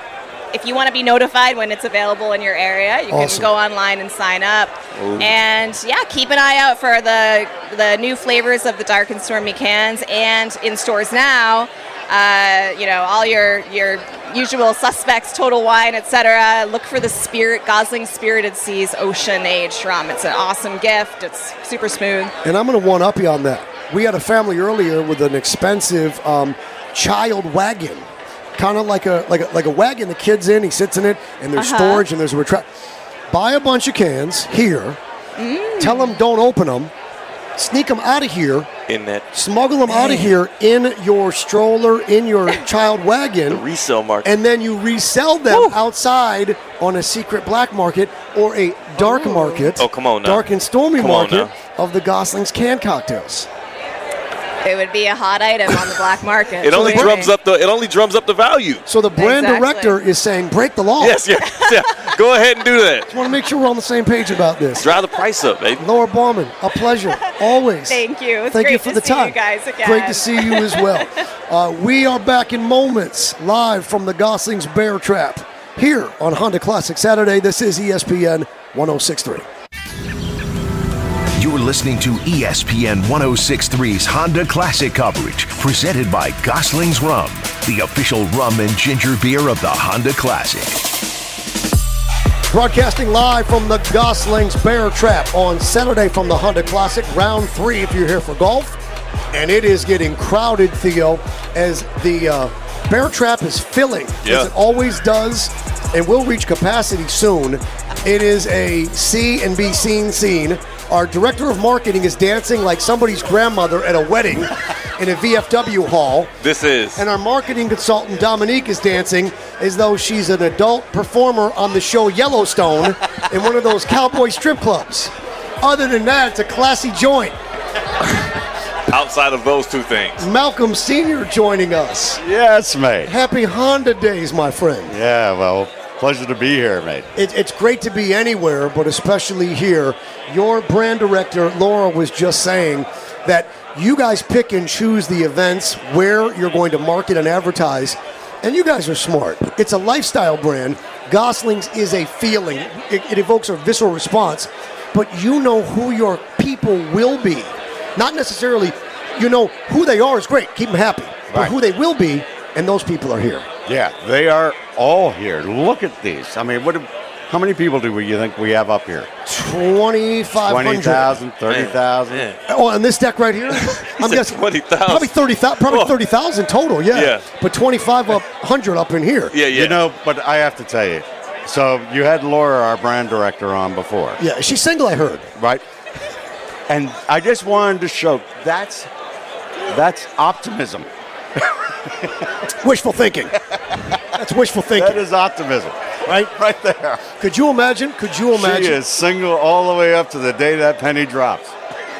J: If you want to be notified when it's available in your area, you
C: Awesome.
J: can go online and sign up.
C: Ooh.
J: And yeah, keep an eye out for the the new flavors of the dark and stormy cans and in stores now. Uh, you know, all your your usual suspects, Total Wine, etc. Look for the Spirit Gosling Spirited Seas Ocean Age rum. It's an awesome gift. It's super smooth.
C: And I'm going to one up you on that. We had a family earlier with an expensive um, child wagon, kind of like a like a like a wagon. The kid's in, he sits in it, and there's
K: Uh-huh.
C: storage and there's a retract. Buy a bunch of cans here. Tell them don't open them. Sneak them out of here.
D: In that
C: Smuggle them out of here in your stroller, in your child wagon.
D: resale market.
C: And then you resell them outside on a secret black market or a dark market.
D: Oh, come on now.
C: Dark and stormy
D: Come on
C: market
D: now.
C: of the Gosling's can cocktails.
J: It would be a hot item on the black market.
D: It only drums up the it only drums up the value.
C: So the brand
J: Exactly.
C: director is saying, break the law.
D: Yes, yeah, yeah. Go ahead and do that.
C: Just want to make sure we're on the same page about this.
D: Drive the price up, baby.
C: Laura Bauman, a pleasure, always.
J: Thank you. It's
C: Thank
J: great
C: you for
J: to
C: the
J: see you
C: time.
J: guys again.
C: Great to see you as well. Uh, we are back in moments, live from the Goslings Bear Trap, here on Honda Classic Saturday. This is E ESPN 1063.
B: You're listening to E ESPN 1063's Honda Classic coverage, presented by Gosling's Rum, the official rum and ginger beer of the Honda Classic.
C: Broadcasting live from the Goslings Bear Trap on Saturday from the Honda Classic, round three if you're here for golf. And it is getting crowded, Theo, as the uh, Bear Trap is filling,
D: Yeah.
C: as it always does, and will reach capacity soon. It is a see and be seen scene. Our director of marketing is dancing like somebody's grandmother at a wedding in a VFW hall.
D: This is.
C: And our marketing consultant Dominique is dancing as though she's an adult performer on the show Yellowstone in one of those cowboy strip clubs. Other than that, it's a classy joint.
K: uh,
D: Outside of those two things.
C: Malcolm Sr. joining us.
K: Yes, mate.
C: Happy Honda Days, my friend.
K: Yeah, well, pleasure to be here, mate.
C: It, it's great to be anywhere, but especially here. Your brand director, Laura, was just saying that you guys pick and choose the events where you're going to market and advertise, and you guys are smart. It's a lifestyle brand. Goslings is a feeling, it, it evokes a visceral response, but you know who your people will be. Not necessarily, you know, who they are is great, keep them happy, but
K: Right.
C: who they will be, and those people are here.
K: Yeah, they are all here. Look at these. I mean, what? do- How many people do we, you think we have up here?
C: 2,500.
K: 20,000, 30,000?
D: Man.
C: Oh, on this deck right here, I'm
D: said
C: guessing
D: 20,000.
C: Probably thirty thousand. Probably
D: Oh.
C: thirty thousand total. Yeah.
D: Yeah.
C: But twenty five up hundred up in here.
D: Yeah, yeah.
K: You know, but I have to tell you. So you had Laura, our brand director, on before,
C: Yeah. She's single. I heard.
K: right? And I just wanted to show that's that's optimism.
C: Wishful thinking. That's wishful
K: That
C: thinking.
K: is optimism,
C: right.
K: right there.
C: Could you imagine? Could you imagine?
K: She is single all the way up to the day that penny drops.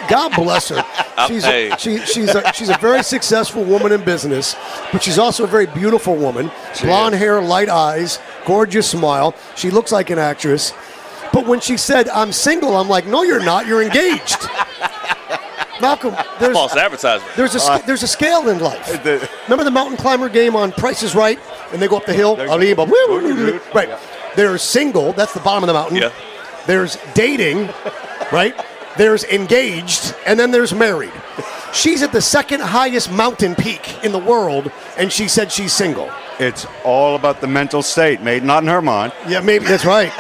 C: God bless her. She's
D: Hey.
C: a, she, she's a, she's a very successful woman in business, but she's also a very beautiful woman. Blonde hair, light eyes, gorgeous smile. She looks like an actress. But when she said, "I'm single," I'm like, "No, you're not. You're engaged." Malcolm, there's
D: False advertisement.
C: there's a sc- there's a scale in life.
K: Uh, the-
C: Remember the mountain climber game on Price is Right, and they go up the hill.
K: There's-
C: Arriba, woo, woo, woo, woo. Right.
K: Yeah.
C: There's single. That's the bottom of the mountain.
D: Yeah.
C: There's dating, right? There's engaged, and then there's married. She's at the second highest mountain peak in the world, and she said she's single.
K: It's all about the mental state, mate. Not in her mind.
C: Yeah, maybe that's right.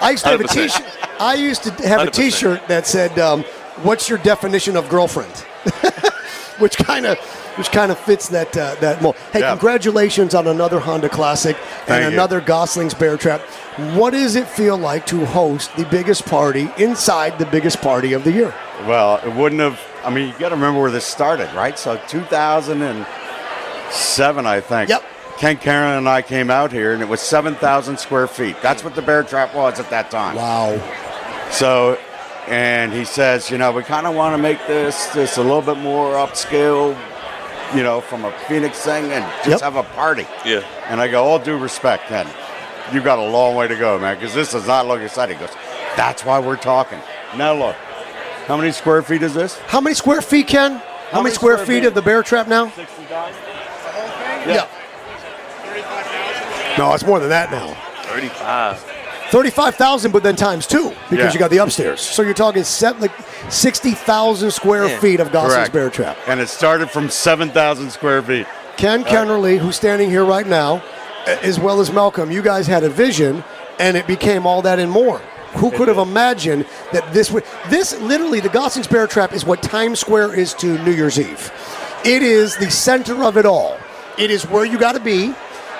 C: I used to have a
D: 100%.
C: T-shirt. I used to have a
D: 100%.
C: T-shirt that said, um, "What's your definition of girlfriend?" which kind of, which kind of fits that uh, that mold. Hey,
K: Yeah.
C: congratulations on another Honda Classic
K: Thank
C: and
K: you.
C: another Gosling's Bear Trap. What does it feel like to host the biggest party inside the biggest party of the year?
K: Well, it wouldn't have. I mean, you got to remember where this started, right? So 2007, I think.
C: Yep.
K: Ken Karen and I came out here, and it was 7,000 square feet. That's what the bear trap was at that time.
C: Wow.
K: So, and he says, you know, we kind of want to make this this a little bit more upscale, you know, from a Phoenix thing, and
C: Yep.
K: just have a party.
D: Yeah.
K: And I go, all due respect, Ken, you got a long way to go, man, because this does not look exciting. He goes, that's why we're talking. Now look, how many square feet is this?
C: How many square feet, Ken? How, many,
K: many
C: square,
K: square
C: feet
K: feet?
C: of the Bear Trap now?
K: Yeah.
C: No, it's more than that now.
D: 35.
C: Thirty-five thousand, but then times two because
K: Yeah.
C: you got the upstairs. So you're talking set, like sixty thousand square
D: Yeah.
C: feet of Gosling's
K: Correct.
C: Bear Trap.
K: And it started from 7,000 square feet.
C: Ken Kennerly, who's standing here right now, a- as well as Malcolm, you guys had a vision, and it became all that and more. Who could have imagined that this would? This literally, the Gosling's Bear Trap is what Times Square is to New Year's Eve. It is the center of it all. It is where you got to be.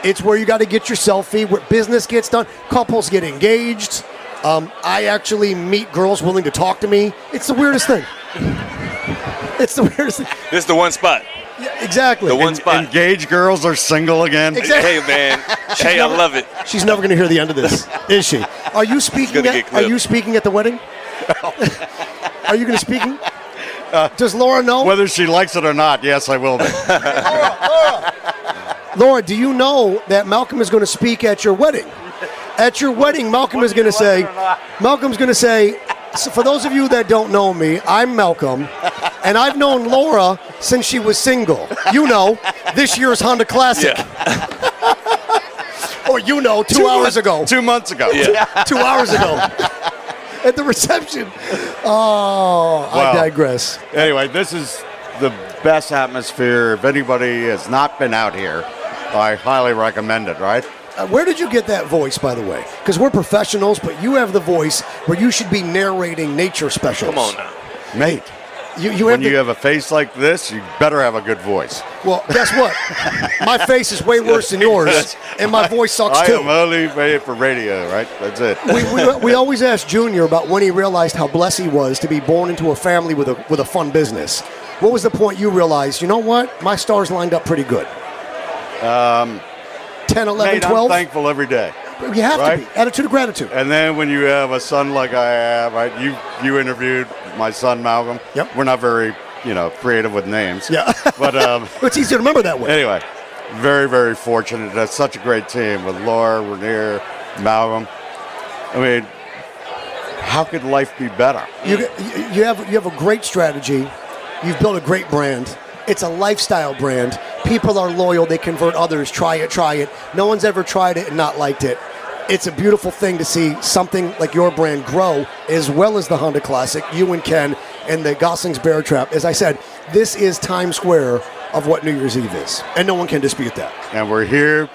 C: It's where you got to get your selfie. Where business gets done. Couples get engaged. Um, I actually meet girls willing to talk to me. It's the weirdest thing. It's the weirdest thing.
D: This is the one spot.
C: Yeah, exactly.
D: The one spot.
K: Engaged girls are single again.
C: Exactly.
D: Hey, man. Hey, I love it.
C: She's never going to hear the end of this, is she? Are you speaking?
D: gonna get
C: At, are
D: clipped.
C: you speaking at the wedding? are you going to speaking?
D: Uh,
C: Does Laura know?
K: Whether she likes it or not, yes, I will be.
C: Laura, do you know that Malcolm is going to speak at your wedding? At your wedding, Malcolm is going to say, Malcolm's going to say, so for those of you that don't know me, I'm Malcolm, and I've known Laura since she was single. You know, this year's Honda Classic. or you know, two,
K: Two
C: hours
K: mon-
C: ago.
K: two months ago. Yeah.
C: two hours ago. At the reception. Oh, I
K: Well,
C: digress.
K: Anyway, this is the best atmosphere. If anybody has not been out here, I highly recommend it, right?
C: Uh, where did you get that voice, by the way? Because we're professionals, but you have the voice where you should be narrating nature specials.
K: Come on now. Mate,
C: you, you
K: when you have a face like this, you better have a good voice.
C: Well, guess what? my face is way worse than yours, and my voice sucks
K: I
C: too.
K: am only made for radio, right? That's it.
C: we, we, we always ask Junior about when he realized how blessed he was to be born into a family with a with a fun business. What was the point you realized? You know what? My stars lined up pretty good.
K: um,
C: 10, 11,
K: mate,
C: 12?
K: I'm thankful every day.
C: You have
K: right?
C: to be attitude of gratitude.
K: And then when you have a son like I have, right? You you interviewed my son Malcolm. Yep. We're not very you know creative with names. Yeah. But um,
C: it's easy to remember that way.
K: Anyway, very very fortunate. That's such a great team with Laura, Rainier, Malcolm. I mean, how could life be better?
C: You, you have you have a great strategy. You've built a great brand. It's a lifestyle brand. People are loyal. They convert others. Try it. Try it. No one's ever tried it and not liked it. It's a beautiful thing to see something like your brand grow, as well as the Honda Classic. You and Ken and the Gosling's Bear Trap. As I said, this is Times Square of what New Year's Eve is, and no one can dispute that.
K: And we're here,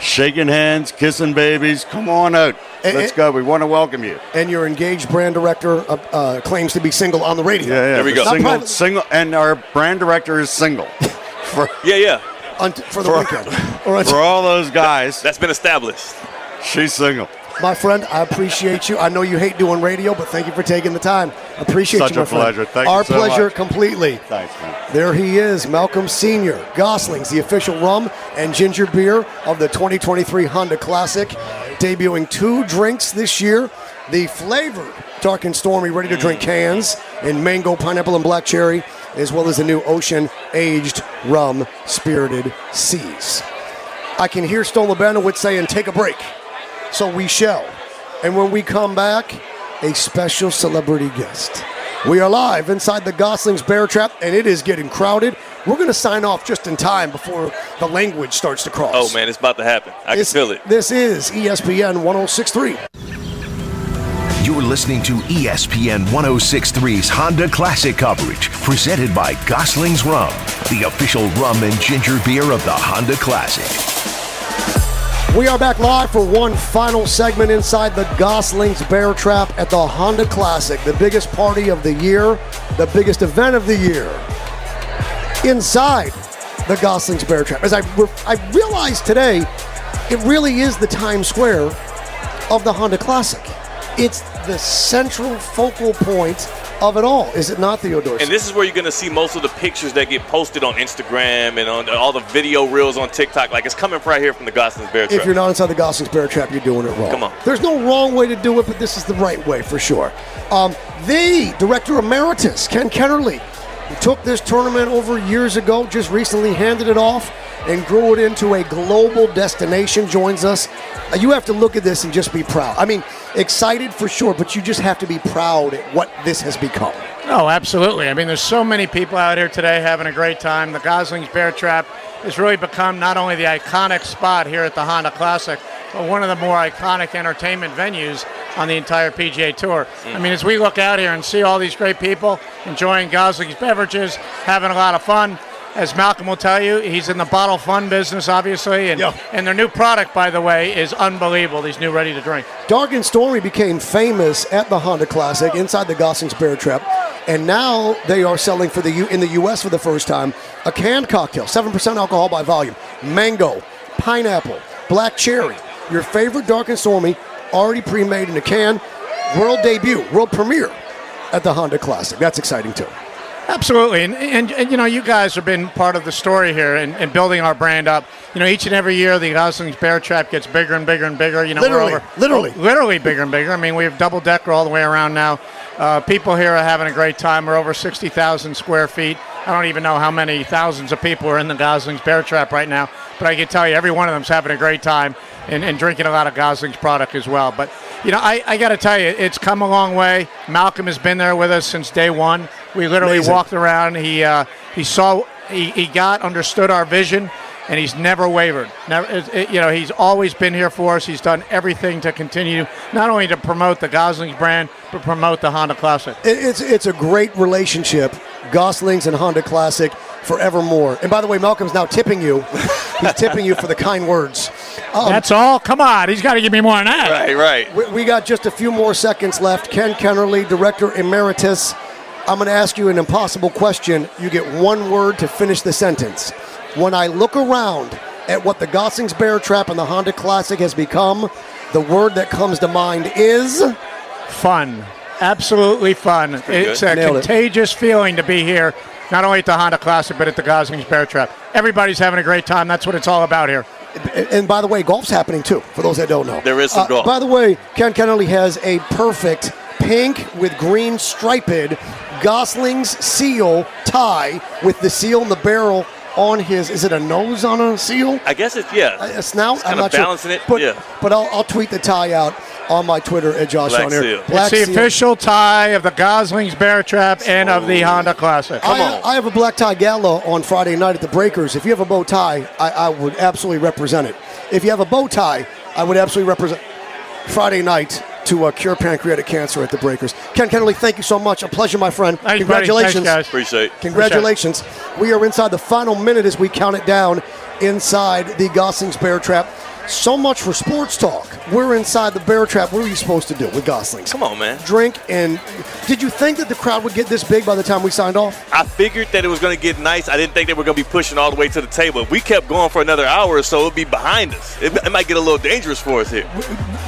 K: shaking hands, kissing babies. Come on out.
C: Eh,
K: Let's
C: eh.
K: go. We want to welcome you.
C: And your engaged brand director uh, uh, claims to be single on the radio.
K: Yeah, yeah. the
C: Not
K: Single,
C: private-
K: single, and our brand director is single. For,
C: eh.
D: yeah, yeah.
C: unt- for the weekend. Or
K: for all those guys,
D: that's been established.
K: She's single.
C: My friend, I appreciate you. I know you hate doing radio, but thank you for taking the time. Appreciate
K: Such
C: you, my
K: a
C: friend.
K: pleasure. Thank you
C: Our
K: so
C: pleasure
K: much.
C: completely.
K: Thanks, man.
C: There he is, Malcolm Sr. Goslings, the official rum and ginger beer of the 2023 Honda Classic, debuting two drinks this year. The flavored Dark and Stormy ready
K: Mm.
C: to drink cans in mango, pineapple, and black cherry, as well as the new ocean aged rum spirited seas. I can hear Stone Labanowitz saying, take a break. So we shall. And when we come back, a special celebrity guest. We are live inside the Goslings Bear Trap, and it is getting crowded. We're going to sign off just in time before the language starts to cross.
D: Oh man, it's about to happen. I
C: This-
D: can feel it.
C: This is E ESPN 1063.
B: You're listening to E ESPN 1063's Honda Classic coverage, presented by Gosling's Rum, the official rum and ginger beer of the Honda Classic.
C: We are back live for one final segment inside the Goslings Bear Trap at the Honda Classic, the biggest party of the year, the biggest event of the year. Inside the Goslings Bear Trap. As I, I realized today, it really is the Times Square of the Honda Classic. It's the central focal point of it all, is it not, Theodore?
D: And this is where you're going to see most of the pictures that get posted on Instagram and on all the video reels on TikTok. Like it's coming right here from the Gosling's Bear
C: If
D: Trap.
C: you're not inside the Gosling's Bear Trap, you're doing it wrong.
D: Come on.
C: There's no wrong way to do it, but this is the right way for sure. Um, the director emeritus, Ken Ketterly, who took this tournament over years ago, just recently handed it off and grew it into a global destination, joins us. Uh, You have to look at this and just be proud. I mean, excited for sure, but you just have to be proud at what this has become.
L: Oh, absolutely. I mean, there's so many people out here today having a great time. The Gosling's Bear Trap has really become not only the iconic spot here at the Honda Classic, but one of the more iconic entertainment venues on the entire PGA Tour. I mean, as we look out here and see all these great people enjoying Gosling's beverages, having a lot of fun. As Malcolm will tell you, he's in the bottle fun business, obviously, and, and their new product, by the way, is unbelievable. These new ready to drink.
C: Dark and Stormy became famous at the Honda Classic inside the Gosling's Bear Trap, and now they are selling for the U- in the U.S. for the first time a canned cocktail, seven percent alcohol by volume, mango, pineapple, black cherry, your favorite Dark and Stormy, already pre-made in a can, world debut, world premiere at the Honda Classic. That's exciting too.
L: Absolutely, and, and, and you know, you guys have been part of the story here and, and building our brand up. You know, each and every year the Gosling's Bear Trap gets bigger and bigger and bigger. You know,
C: Literally,
L: we're over,
C: literally.
L: literally bigger and bigger. I mean, we have double decker all the way around now. Uh, people here are having a great time. We're over sixty thousand square feet. I don't even know how many thousands of people are in the Gosling's Bear Trap right now, but I can tell you every one of them's having a great time and, and drinking a lot of Gosling's product as well. But, you know, I, I got to tell you, it's come a long way. Malcolm has been there with us since day one. We literally
C: Amazing.
L: walked around. He, uh, he saw, he, he got, understood our vision. And he's never wavered. Never, it, it- you know, he's always been here for us. He's done everything to continue not only to promote the Gosling's brand, but promote the Honda Classic.
C: It- It's it's a great relationship, Goslings and Honda Classic, forevermore. And by the way, Malcolm's now tipping you. He's tipping you for the kind words. Um,
L: That's all. Come on, he's got to give me more than that.
D: Right, right.
C: We, we got just a few more seconds left. Ken Kennerly, Director Emeritus. I'm going to ask you an impossible question. You get one word to finish the sentence. When I look around at what the Goslings Bear Trap and the Honda Classic has become, the word that comes to mind is
L: fun. Absolutely fun. It's a
C: Nailed it.
L: contagious feeling to be here, not only at the Honda Classic, but at the Gosling's Bear Trap. Everybody's having a great time. That's what it's all about here.
C: And- And by the way, golf's happening too, for those that don't know. Uh,
L: There is some golf.
C: By the way, Ken Kennelly has a perfect pink with green striped Gosling's seal tie with the seal and the barrel on his. Is it a nose on a seal?
D: I guess it's yeah.
C: A snout?
D: It's
C: I'm
D: kind of
C: not sure.
D: balancing it. yeah.
C: But I'll, I'll tweet the tie out on my Twitter at Josh
D: Black
C: on air.
D: seal.
C: Black
L: it's the
C: seal.
L: official tie of the Gosling's Bear Trap and of the Honda Classic.
C: I, I have a black tie gala on Friday night at the Breakers. If you have a bow tie, I, I would absolutely represent it. If you have a bow tie, I would absolutely represent Friday night to uh, cure pancreatic cancer at the Breakers. Ken Kennedy, thank you so much. A pleasure, my friend.
L: buddy.
C: Congratulations.
L: Thanks, guys.
D: Appreciate.
C: Congratulations. We are inside the final minute as we count it down inside the Gosling's Bear Trap. So much for sports talk. We're inside the Bear Trap. What are you supposed to do with Goslings?
D: Come on, man.
C: Drink and. Did you think that the crowd would get this big by the time we signed off?
D: I figured that it was going to get nice. I didn't think they were going to be pushing all the way to the table. If we kept going for another hour or so, it'd be behind us. It, it might get a little dangerous for us here.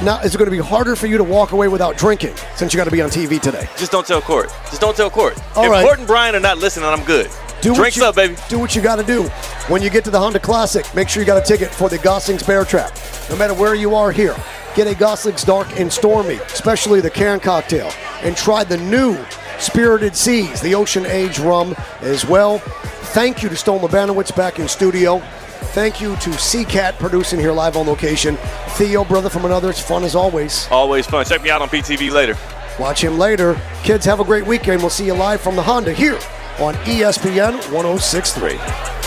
C: Now, is it going to be harder for you to walk away without drinking since you got to be on TV today?
D: Just don't tell court. Just don't tell court.
C: All
D: if
C: right.
D: Court and Brian are not listening, I'm good.
C: what
D: Drinks
C: you-
D: up, baby.
C: Do what you got to do. When you get to the Honda Classic, make sure you got a ticket for the Goslings Bear Trap. No matter where you are here, get a Goslings Dark and Stormy, especially the Cairn cocktail, and try the new Spirited Seas, the Ocean Age rum as well. Thank you to Stone Labanowitz back in studio. Thank you to CCAT producing here live on location. Theo, brother from another, it's fun as always.
D: Always fun. Check me out on PTV later.
C: Watch him later. E oh Kids, have a great weekend. We'll see you live from the Honda here on ESPN 1063.